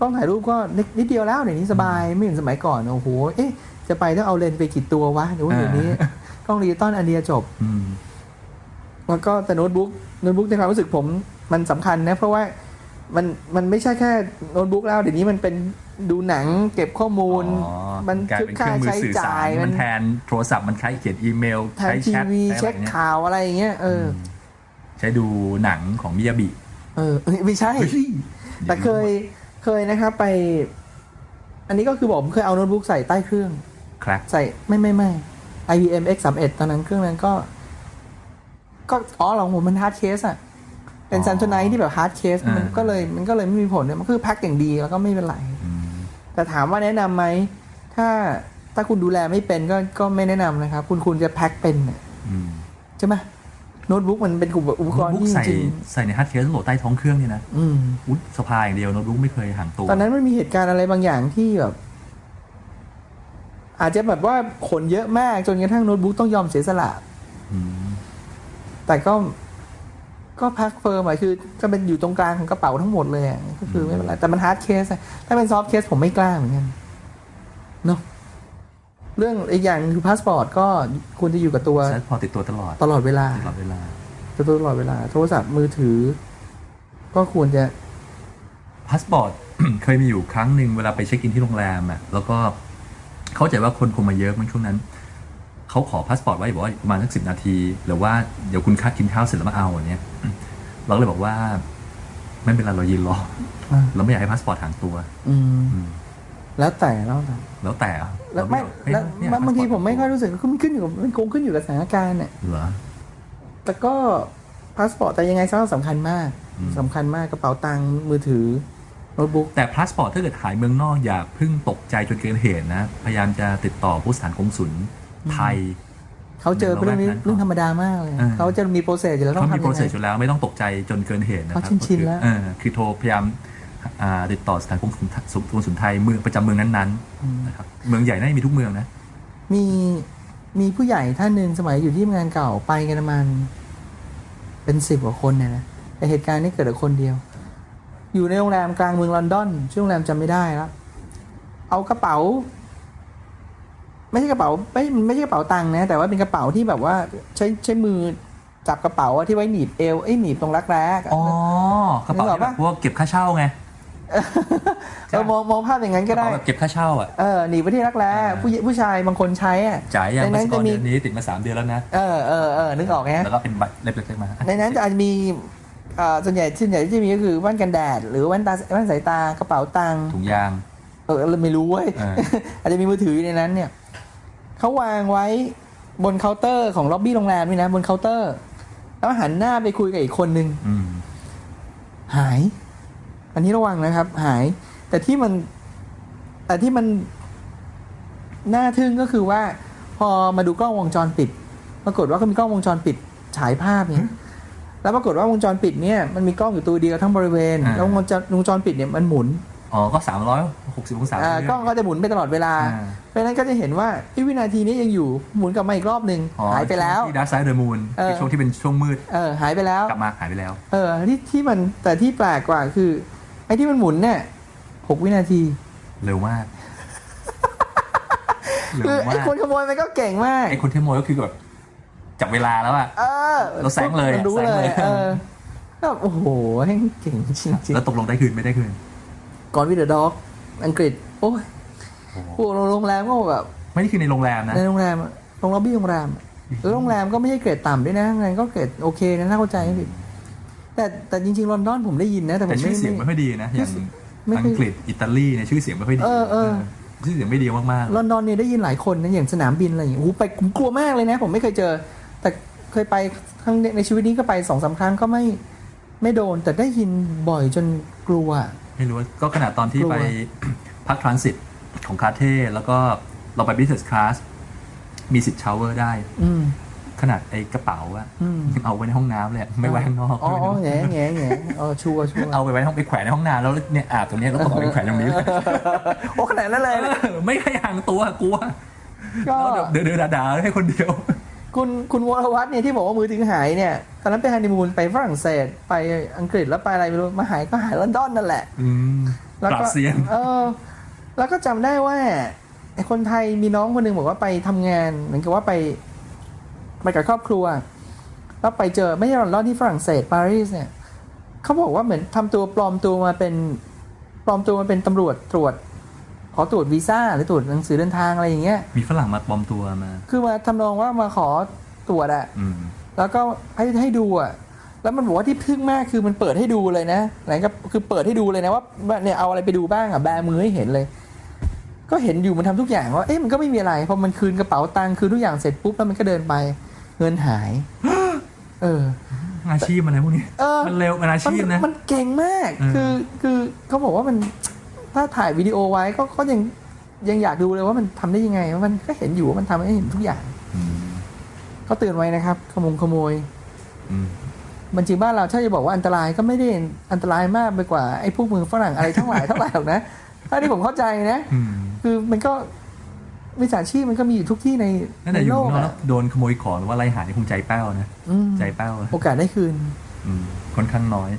Speaker 2: กล้องถ่ายรูปก็นิดนิดเดียวแล้วเดี๋ยวนี้สบายไม่เหมือนสมัยก่อนโอ้โหเอ๊ะจะไปต้องเอาเลนส์ไปกี่ตัววะเดี๋ยวเดี๋ยวนี้
Speaker 3: เออ
Speaker 2: กล้องดิจิตอลอันเดียวจบ
Speaker 3: อืม
Speaker 2: แล้วก็แต่โน้ตบุ๊กโน้ตบุ๊กในความรู้สึกผมมันสำคัญนะ เพราะว่ามันมันไม่ใช่แค่โน้ตบุ๊กแล้วเดี๋ยวนี้มันเป็นดูหนังเก็บข้อมูล
Speaker 3: อ๋อ
Speaker 2: มัน
Speaker 3: กลายเป็นเครื่องมือสื่อสารมันแทนโทรศัพท์มันใช้เขียนอีเมล
Speaker 2: ทา
Speaker 3: ใช้
Speaker 2: ง
Speaker 3: แช
Speaker 2: ที
Speaker 3: ท
Speaker 2: วี
Speaker 3: ใช้
Speaker 2: เช็ค
Speaker 3: อะไรเงี้ย
Speaker 2: ข่าวอะไรอย่างเงี้ยเอออ
Speaker 3: ใช้ดูหนังของมิยาบิ
Speaker 2: เอ อเอ้ยไม่ใช่ แต่เคยเคยนะครับไป อันนี้ก็คือผมเคยเอาโน้ตบุ๊กใส่ใต้เครื่อง
Speaker 3: ครับ
Speaker 2: ใส่ไม่ไม่ไม่ IBM X31 ตอนนั้นเครื่องนั้นก็ ก็อ๋อหรองผมมันฮาร์ดเคสอะเป็น
Speaker 3: อ๋อ
Speaker 2: ซัน o ไนที่แบบฮาร์ดเคส
Speaker 3: อ่ามั
Speaker 2: มันก็เลยมันก็เลยไม่มีผลเนี่ยมันคือแพ็คอย่างดีแล้วก็ไม่เป็นไร
Speaker 3: อืม
Speaker 2: แต่ถามว่าแนะนำไหม ถ้าถ้าคุณดูแลไม่เป็นก็ก็ไม่แนะนำนะครับ คุณคุณจะแพ็คเป็นเนี่ย
Speaker 3: อืม
Speaker 2: ใช่ไหมโน้ตบุ๊กมันเป็นกลุ่มอุปกรณ์
Speaker 3: บุ๊ก
Speaker 2: ที่
Speaker 3: ใส่
Speaker 2: จริง
Speaker 3: ใส่ในฮาร์ดเคสโหลดใต้ท้องเครื่องเนี่ยนะ
Speaker 2: ๆอืม
Speaker 3: อุ๊ยสะพายอย่างเดียวโน้ตบุ๊กไม่เคยห่างตัว
Speaker 2: ตอนนั้นมันมีเหตุการณ์อะไรบางอย่างที่แบบ อาจจะแบบว่าขนเยอะมากจนกระทั่งโน้ตบุ๊กต้องยอมเสียสละ
Speaker 3: อืม
Speaker 2: แต่ก็ก็พักเฟิร์มอะคือจะเป็นอยู่ตรงกลางของกระเป๋าทั้งหมดเลยอะก็คือไม่เป็นไรแต่มันฮาร์ดเคสอะถ้าเป็นซอฟต์เคสผมไม่กล้าเหมือนกันเนาะเรื่องอีกอย่างคือพาสปอร์ตก็ควรจะอยู่กับตัว
Speaker 3: ใช้พอติดตัวตลอด
Speaker 2: ตลอดเวลา
Speaker 3: ตลอดเวลา
Speaker 2: ตลอดเวลา โทรศัพท์มือถือ ก็ควรจะ
Speaker 3: พาสปอร์ต เคยมีอยู่ครั้งหนึ่งเวลาไปเช็คอินที่โรงแรมอ่ะแล้วก็เข้าใจว่าคนคงมาเยอะมั้งช่วงนั้น เขาขอพาสปอร์ตไว้บอกว่าประมาณสักสิบนาที หรือว่าเดี๋ยวคุณค่ากินข้าวเสร็จแล้วมาเอาอันเนี้ย เราก็เลยบอกว่า ไม่เป็นไรเรายืนรอ
Speaker 2: อ่า
Speaker 3: เราไม่อยากให้พาสปอร์ตห่างตัว
Speaker 2: อืม
Speaker 3: อืม
Speaker 2: แล้วแต่แล้วแต่
Speaker 3: แล้วแต่อะ
Speaker 2: แล้ว
Speaker 3: เรา
Speaker 2: ไม่
Speaker 3: อย
Speaker 2: แล้ว
Speaker 3: กอยกให้
Speaker 2: บางทีผมไม่ค่อย
Speaker 3: พาสป
Speaker 2: รู้สึกมันขึ้นอยู่กับมันคงขึ้นอยู่กับสถานการณ์เนี่ย
Speaker 3: ร์ตเหรอ
Speaker 2: แต่ก็พาสปอร์ตแต่ยังไงซะสำคัญมาก
Speaker 3: อืม
Speaker 2: สำคัญมากกระเป๋าตังค์มือถือโน้ตบุ๊ก
Speaker 3: แต่พาสปอร์ตถ้าเกิดหายเมืองนอกอย่าเพิ่งตกใจจนเกินเหตุนะ พยายามจะติดต่อผู้สถานกงสุลไทย
Speaker 2: เขาเจอเป็นเรื่องนี้
Speaker 3: ในระแวกนั้น
Speaker 2: เรื่องธรรมดามากเลย
Speaker 3: อ่า
Speaker 2: เขาจะมีโปรเซสอยู่แล้วต้อ
Speaker 3: เขา
Speaker 2: ง
Speaker 3: มี
Speaker 2: ทำ
Speaker 3: โปร
Speaker 2: ยัง
Speaker 3: เซ
Speaker 2: ไง
Speaker 3: สอยู่แล้วไม่ต้องตกใจจนเกินเหตุนะครั
Speaker 2: เขาชินๆแล้ว
Speaker 3: ก็คือเออคือโทรพยายามอ่าติดต่อสถานกงสุลกงสุลไทยเมืองประจำเมืองนั้นๆนะครับเมืองใหญ่น่าจะมีทุกเมืองนะ
Speaker 2: มีมีผู้ใหญ่ท่านหนึ่งสมัยอยู่ที่ทำงานเก่าไปกันประมันเป็นสิบกว่าคนเนี่ยนะแต่เหตุการณ์นี้เกิดกับคนเดียว อยู่ในโรงแรมกลางเมืองลอนดอน ชื่อโรงแรมจำไม่ได้แล้วเอากระเป๋า ไม่ใช่กระเป๋าไม่ไม่ใช่กระเป๋าตังค์นะ แต่ว่าเป็นกระเป๋าที่แบบว่าใช้ใช้มือจับกระเป๋าอะที่ไว้หนีบเอวไอ้ยหนีบตรงรักแร้อะ
Speaker 6: อ๋อกระเป๋า
Speaker 2: นึกออก
Speaker 6: ที่แบ
Speaker 2: ปะ
Speaker 6: บพวกเก็บค่าเช่าไง
Speaker 2: เออมองมองภาพอย่างนั้น
Speaker 6: ก
Speaker 2: ก็
Speaker 6: ระ
Speaker 2: ได้
Speaker 6: เป๋าแบบเก็บค่าเช่าอ่ะ
Speaker 2: เออหนีบไปที่รักแร้
Speaker 6: อ่า
Speaker 2: ผู้หญิงผู้ชายบางคนใช้อะ
Speaker 3: จ่ายอย่าง
Speaker 2: ใน
Speaker 3: มา
Speaker 2: นั้
Speaker 3: ส
Speaker 2: น
Speaker 3: ก
Speaker 2: จะ
Speaker 3: อน
Speaker 2: มี
Speaker 3: เดือนนี้ติดมาสามเดือนแล้วนะ
Speaker 2: เออเออเออนึกออกไหม
Speaker 3: แล้วก็เป็นใบเล็กๆมา
Speaker 2: ในนั้นจะอาจจะมีเอ่อส่วนใหญ่ส่วนใหญ่ที่จะมีก็คือแว่นกันแดด หรือแว่นตาแว่นสายตากระเป๋าตังค์
Speaker 3: ถุงยาง
Speaker 2: เออเราไม่รู้เว้ย
Speaker 3: เออ
Speaker 2: อาจจะมีมือถืออยู่ในนั้นเนี่ยเขาวางไว้บนเคาน์เตอร์ของล็อบบี้โรงแรมนี่นะ บนเคาน์เตอร์ แล้วหันหน้าไปคุยกับอีกคนนึง
Speaker 3: อืม
Speaker 2: หาย อันนี้ระวังนะครับ หาย แต่ที่มัน แต่ที่มันน่าทึ่งก็คือว่า พอมาดูกล้องวงจรปิด ปรากฏว่าก็มีกล้องวงจรปิดฉายภาพเนี่ยแล้วปรากฏว่าวงจรปิดเนี่ยมันมีกล้องอยู่ตัวเดียวทั้งบริเวณ แล้ววงจรวงจรปิดเนี่ยมันหมุน
Speaker 3: อ๋อก็สามร้อยหกสิบองศา
Speaker 2: อ่ากล้องก็จะหมุนไปตลอดเวลา
Speaker 3: อ่า
Speaker 2: เพราะฉะนั้นก็จะเห็นว่าไอ้วินาทีนี้ยังอยู่หมุนกลับมาอีกรอบหนึ่ง
Speaker 3: อ๋อ
Speaker 2: หายไปแล้ว
Speaker 3: ที่ดาร์ไซด์เดอะมูน
Speaker 2: เออ
Speaker 3: ช่วงที่เป็นช่วงมืด
Speaker 2: เออหายไปแล้ว
Speaker 3: กลับมาหายไปแล้ว
Speaker 2: เออที่ที่มันแต่ที่แปลกกว่าคือ ไอ้ที่มันหมุนเนี่ยหกวินาที
Speaker 3: เร็วมาก
Speaker 2: คื
Speaker 3: เร็
Speaker 2: อ
Speaker 3: ว
Speaker 2: ไอ้
Speaker 3: มาก
Speaker 2: คนขโมยมันก็เก่งมาก
Speaker 3: ไอ้คนที่โมยก็คือแบบจับเวลาแล้วอะ
Speaker 2: เออ
Speaker 3: เราแซงเลยอะ
Speaker 2: มันรู้
Speaker 3: แซง
Speaker 2: เล
Speaker 3: เลย
Speaker 2: ย
Speaker 3: อะ
Speaker 2: เออแบบโอ้โหแม่งเก่งจริง
Speaker 3: แล้วตกลงได้คืนไม่ได้คืน
Speaker 2: ๆก่อนวิดเดอร์ด็อก อังกฤษ โอ้ยพวกโรงแรมก็แบบ
Speaker 3: ไม่ได้คืนในโรงแรมนะ
Speaker 2: ในโรงแรมอะโรงล็อบบี้โรงแรมอะแล้วโรงแรมก็ไม่ใช่เกรดต่ำด้วยนะงานก็เกรดโอเคนะน่าเข้าใจไม่ผิดแต่แต่จริงๆลอนดอนผมได้ยินนะ แต่ผ
Speaker 3: แต่
Speaker 2: ม
Speaker 3: ชื่
Speaker 2: ไม่
Speaker 3: อเสียงไม่
Speaker 2: ไม่
Speaker 3: ค่อยดีนะอย่าง
Speaker 2: ไม่ค่อย
Speaker 3: อังกฤษอิตาลีเนี่ยชื่อเสียงไม่ค่อยดี
Speaker 2: เออเออ
Speaker 3: ชื่อเสียงไม่ดีมาก
Speaker 2: ลอนดอนเนี่ยได้ยินหลายคนนะอย่างสนามบินอะไรอย่างเงี้ยโอ้โหไปผมกลัวมากเลยนะ ผมไม่เคยเจอ แต่เคยไปครั้งเดียวในชีวิตนี้ก็ไปสองสามครั้งก็ไม่ไม่โดน แต่ได้ยินบ่อยจนกลัว
Speaker 3: ๆไม่รู้ว่าก็ขนาดตอนที่
Speaker 2: กลัว
Speaker 3: ไป พักทรานสิตของคาเท่แล้วก็เราไป business class มีสิทธิ์ชาวเวอร์ได้
Speaker 2: อืม
Speaker 3: ขนาดไอ้กระเป๋าอะ
Speaker 2: อืม
Speaker 3: ยังเอาไว้ในห้องน้ำเลยอะไม่ไว้ข้างนอก
Speaker 2: อ๋อ
Speaker 3: ไม่
Speaker 2: อ๋อ
Speaker 3: รู้
Speaker 2: แง่แง่แง่เออชัวร์ชัวร์
Speaker 3: เอาไปไว้ห้องไปแขวนในห้องน้ำแล้วเนี่ยอาบตรงเนี้ยแล้วก็บอกไปแขวนตรงนี้เลย
Speaker 2: โอ้ขนาดนั้นเลยนะ
Speaker 3: เออไม่ขยันตัวกลัว
Speaker 2: ก็
Speaker 3: แล้วเดินเดินด่าๆให้คนเดียว
Speaker 2: คุณคุณวรวัฒน์เนี่ยที่บอกว่ามือถือหายเนี่ย ตอนนั้นไปฮันนีมูนไปฝรั่งเศสไปอังกฤษแล้วไปอะไรไม่รู้ มาหายก็หายลอนดอนนั่นแหละ
Speaker 3: อืม
Speaker 2: แล้ว
Speaker 3: ปรับ
Speaker 2: ก็
Speaker 3: เสียง
Speaker 2: เออ แล้วก็จำได้ว่าไอ้คนไทยมีน้องคนหนึ่งบอกว่าไปทำงาน เหมือนกับว่าไปไปกับครอบครัว แล้วไปเจอไม่ใช่ลอนดอนที่ฝรั่งเศสปารีสเนี่ยเขาบอกว่าเหมือนทำตัวปลอมตัวมาเป็นปลอมตัวมาเป็นตำรวจตรวจ ขอตรวจวีซ่าหรือตรวจหนังสือเดินทางอะไรอย่างเงี้ย
Speaker 3: มีฝรั่งมาปลอมตัวมา
Speaker 2: คือมาทำนองว่ามาขอตรวจอะ
Speaker 3: อืม
Speaker 2: แล้วก็ให้ให้ดูอ่ะ แล้วมันบอกว่าที่พึ่งมากคือมันเปิดให้ดูเลยนะไหนก็คือเปิดให้ดูเลยนะว่าว่าเนี่ยเอาอะไรไปดูบ้างอ่ะแบมือให้เห็นเลย ก็เห็นอยู่มันทำทุกอย่างว่าเอ๊ะมันก็ไม่มีอะไรพอมันคืนกระเป๋าตังค์คืนทุกอย่างเสร็จปุ๊บแล้วมันก็เดินไป เงินหาย เออ
Speaker 3: อาชีพมันอะไรพวกนี้
Speaker 2: เออ
Speaker 3: มันเร็วมันอา
Speaker 2: มั
Speaker 3: ชีพนะ
Speaker 2: มันเก่งมาก
Speaker 3: เออ
Speaker 2: คือคือเขาบอกว่ามันถ้าถ่ายวิดีโอไว้ก็ก็ยังยังอยากดูเลยว่ามันทำได้ยังไงว่ามันก็เห็นอยู่ว่ามันทำให้เห็นทุกอย่าง
Speaker 3: อืม
Speaker 2: ก็เตือนไว้นะครับขโมงขโมย
Speaker 3: อืม
Speaker 2: มันจริงบ้านเราถ้าจะบอกว่าอันตรายก็ไม่ได้อันตรายมากไปกว่าไอ้พวกมือฝรั่งอะไรทั้งหลาย เท่าไหร่หรอกนะ ถ้าที่ผมเข้าใจนะ
Speaker 3: อืม
Speaker 2: คือมันก็วิชาชีพมันก็มีอยู่ทุกที่ใน
Speaker 3: นั่นแห
Speaker 2: ใน
Speaker 3: ละอยู่
Speaker 2: โล
Speaker 3: ข้าง
Speaker 2: ก
Speaker 3: นอกแล้
Speaker 2: อะ
Speaker 3: วโดนขโมยของหรือว่าอะไรหายนี่คงใจแป้วนะ
Speaker 2: อืม
Speaker 3: ใจแป้วนะ
Speaker 2: โอกาสได้คืน
Speaker 3: อืมค่อนข้างน้อย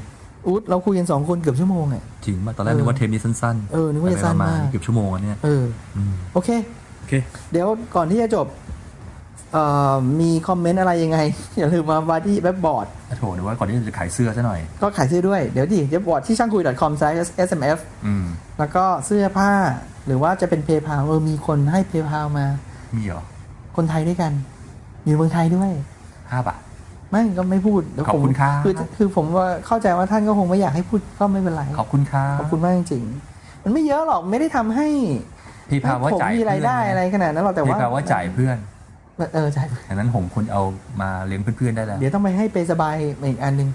Speaker 2: อุ๊ดเราคุยกันสองคนเกือบชั่วโมงอ่ะ
Speaker 3: จริงป่ะตอนแรก
Speaker 2: เออ
Speaker 3: นึกว่าเทปนี้สั้นๆ
Speaker 2: เออนึกว่าจะสั้นมาก
Speaker 3: ไปๆเกือบชั่วโมงอะเนี่ย
Speaker 2: เออ
Speaker 3: อืม
Speaker 2: โอเค
Speaker 3: โอเค
Speaker 2: เดี๋ยวก่อนที่จะจบเอ่อมีคอมเมนต์อะไรยัง ไง อย่าลืมมาว่าที่เว็บบอร์ด
Speaker 3: อ่ะโถเดี๋ยวว่าก่อนที่จะขายเสื้อซะหน่อย
Speaker 2: ก็ขายเสื้อด้วย เดี๋ยวดิเว็บบอร์ดที่ช่างคุย .com smf
Speaker 3: อืม
Speaker 2: แล้วก็เสื้อผ้า หรือว่าจะเป็นเพย์พาเออมีคนให้เพย์พามา
Speaker 3: มีเหรอ
Speaker 2: คนไทยด้วยกัน อยู่เมืองไทยด้วย
Speaker 3: ห้าบาท
Speaker 2: ไม่ก็ไม่พูดเดี๋ยว
Speaker 3: ขอบ
Speaker 2: ผม
Speaker 3: คุณครับ
Speaker 2: คือคือผมว่าเข้าใจว่าท่านก็คงไม่อยากให้พูดก็ไม่เป็นไร
Speaker 3: ขอบคุณค่ะ
Speaker 2: ขอบคุณมากจริงๆมันไม่เยอะหรอกไม่ได้ทำให้
Speaker 3: พี่พาว่า
Speaker 2: ผม
Speaker 3: จ่าย
Speaker 2: มีรายได้อะไรขนาดนั้นหรอกแต่
Speaker 3: พี่
Speaker 2: ว่า
Speaker 3: พาว่าจ่ายเพื่อน
Speaker 2: เออใช่
Speaker 3: ดังนั้นผมควรเอามาเลี้ยงเพื่อนๆได้แล้ว
Speaker 2: เดี๋ยวต้องไปให้เปย์สบายมาอีกอันหนึ่ง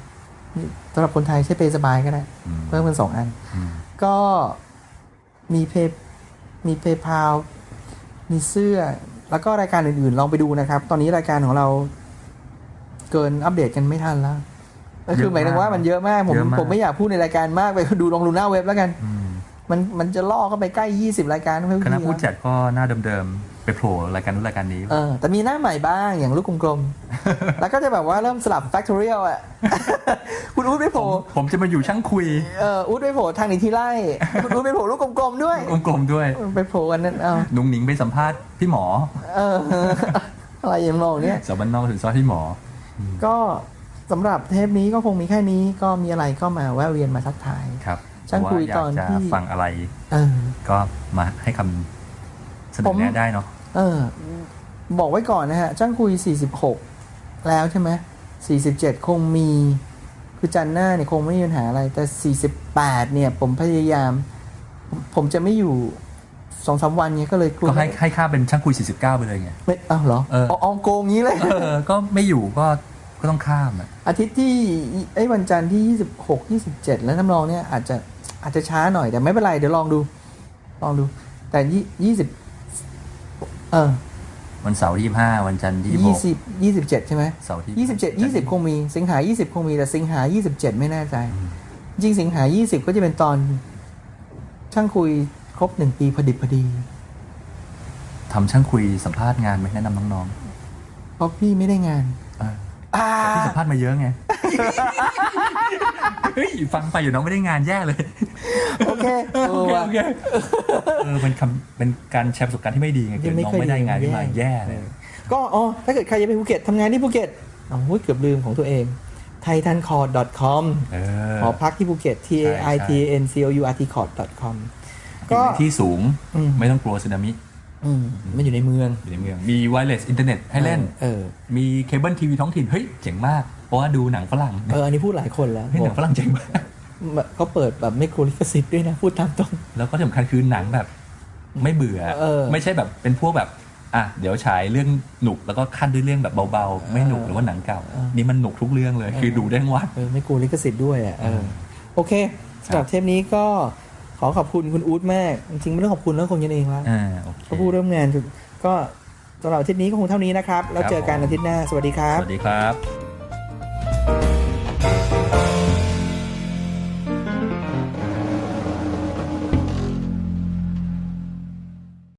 Speaker 2: สำหรับคนไทยใช้เปย์สบายก็ได้
Speaker 3: อืม
Speaker 2: เพิ่มเป็นสองอัน
Speaker 3: อืม
Speaker 2: ก็มีเพย์มีเพย์พาวมีเสื้อ แล้วก็รายการอื่นๆ ลองไปดูนะครับ ตอนนี้รายการของเราเกินอัปเดตกันไม่ทันแล้ว ก็คือหมายถึงว่ามันเยอะมากผมผมไม่อยากพูดในรายการมากไปดูลองดูหน้าเว็บแล้วกัน
Speaker 3: อืม
Speaker 2: มันมันจะล่อเข้าไปใกล้ 20 รายการไม่
Speaker 3: คณะ
Speaker 2: มี
Speaker 3: ผู้
Speaker 2: แล้ว
Speaker 3: จัดก็หน้าเดิม ไปโผล่รายการนู้นรายการนี้
Speaker 2: เออแต่มีหน้าใหม่บ้างอย่างลูกกลม ๆ แล้วก็จะแบบว่าเริ่มสลับ factorial อ่ะ คุณอู๊ดไปโผล่
Speaker 3: ผมจะมาอยู่ช่างคุย
Speaker 2: เอออู๊ดไปโผล่ทางหนีที่ไล่ คุณอู๊ดไปโผล่ลูกกลม ๆด้วย
Speaker 3: กลมๆด้วย
Speaker 2: ไปโผล่กันนั่นเอา
Speaker 3: หนุ่งหนิงไปสัมภาษณ์พี่หมอ
Speaker 2: เออ อะไรอย่างเราเนี่ย
Speaker 3: สาวบ้านนอกถึงซอยพี่หมอ
Speaker 2: ก็สำหรับเทปนี้ก็คงมีแค่นี้ก็มีอะไรก็มาแวะเวียนมาทักทาย
Speaker 3: ครับ
Speaker 2: ช่างคุย
Speaker 3: ว่าอยา
Speaker 2: ต
Speaker 3: ก
Speaker 2: อน
Speaker 3: จะ
Speaker 2: ที่
Speaker 3: ฟังอะไร
Speaker 2: เออ
Speaker 3: ก็มาให้คำเสน
Speaker 2: ผ
Speaker 3: อ
Speaker 2: ม
Speaker 3: แนะได้เนาะ
Speaker 2: เออ บอกไว้ก่อนนะฮะจ้างคุย 46 แล้วใช่ไหม47 คงมี คือจันทร์หน้าเนี่ยคงไม่มีปัญหาอะไร แต่ 48 เนี่ย ผมพยายาม ผมผมจะไม่อยู่สองสามวันเนี้ยก็เลยกลัว
Speaker 3: ก็ให้ให้ค่าเป็นช่างคุย 49 ไปเลยไง
Speaker 2: ไม่อ้าวเหรอ
Speaker 3: เออ
Speaker 2: เอาเอาโกงงี้เลย
Speaker 3: เออ ก็ไม่อยู่ก็ก็ต้องข้ามอะ
Speaker 2: อาทิตย์ที่ไอ้ยวันจันทร์ที่ 26 27 แล้วน้ำรองเนี่ยอาจจะอาจจะช้าหน่อยแต่ไม่เป็นไรเดี๋ยวลองดู ลองดู แต่ยี่สิบเออ
Speaker 3: วันเสาร์ที่25วันจันทร์ที่
Speaker 2: ยี่สิ
Speaker 3: 26
Speaker 2: บยี่สิบเจ็ดใช่ไหม
Speaker 3: เสาร์ที่
Speaker 2: ยี่สิบเจ็ดยี่สิบคงมีสิงหายี่สิบคงมีแต่สิงหายี่สิบเจ็ดไม่แน่ใจ จริงสิงหายี่สิบก็จะเป็นตอน ช่างคุยครบหนึ่งปีพอดิบพอดี
Speaker 3: ทำช่างคุยสัมภาษณ์งานไหมแนะนำน้อง
Speaker 2: เพราะพี่ไม่ได้งาน
Speaker 3: ๆเออ
Speaker 2: อ่า
Speaker 3: ที่สัมภาษณ์มาเย อะไง เฮ้ยฟังไปอยู่น้องไม่ได้งานแย่เลย
Speaker 2: โอเค
Speaker 6: โอเคโอเค
Speaker 3: เออเป็นคำเป็นการแชร์ประสบการณ์ที่ไม่ดีไงเกิดน้องไม่ได้งานที่มาแย่เลย
Speaker 2: ก็อ๋อถ้าเกิดใครจะไปภูเก็ตทำงานที่ภูเก็ตอ๋อเกือบลืมของตัวเอง t h a i t a n c o r d com
Speaker 3: เออ
Speaker 2: หอพักที่ภูเก็ต t a i t a n c o u r t c o r d com
Speaker 3: ก็
Speaker 2: ก็
Speaker 3: ที่สูง
Speaker 2: อืม
Speaker 3: ไม่ต้องกลัวสึนามิ
Speaker 2: อืมมันอยู่ในเมือง
Speaker 3: อยู่ในเมืองมีไวเลสอินเทอร์เน็ตให้เล่น
Speaker 2: เออ
Speaker 3: มีเคเบิลทีวีท้องถิ่น เฮ้ย เจ๋งมาก เพราะว่าดูหนังฝรั่ง
Speaker 2: เอออันนี้พูดหลายคนแล้ว
Speaker 3: เฮ้ยหนังฝรั่งเจ๋งมาก
Speaker 2: เขาเปิดแบบไม่กลัวลิขสิทธิ์ด้วยนะ พูดตามตรง
Speaker 3: แล้วก็ที่สำคัญคือหนังแบบไม่เบื่อ
Speaker 2: เออ
Speaker 3: ไม่ใช่แบบเป็นพวกแบบ อ่ะ เดี๋ยวฉายเรื่องหนุกแล้วก็ขั้นด้วยเรื่องแบบเบาๆ ไม่หนุกหรือว่าหนังเก่า นี่มันหนุกทุกเรื่องเลย คือดูได้ทั้งวัน
Speaker 2: เออไม่กลัวลิขสิทธิ์ด้วยอ่ะเออโอเคสำหรับเทปนี้ก็ขอขอบคุณคุณอู๊ดมาก จริงๆไม่ต้องขอบคุณแล้วคนกันเองละ
Speaker 3: อ่าโอเค
Speaker 2: ก็ผู้ร่วมงานก็สำหรับอาทิตย์นี้ก็คงเท่านี้นะครับ แล้วเจอกันอาทิตย์หน้า สวัสดีครั
Speaker 3: ส
Speaker 2: บ
Speaker 3: วัสดีครับ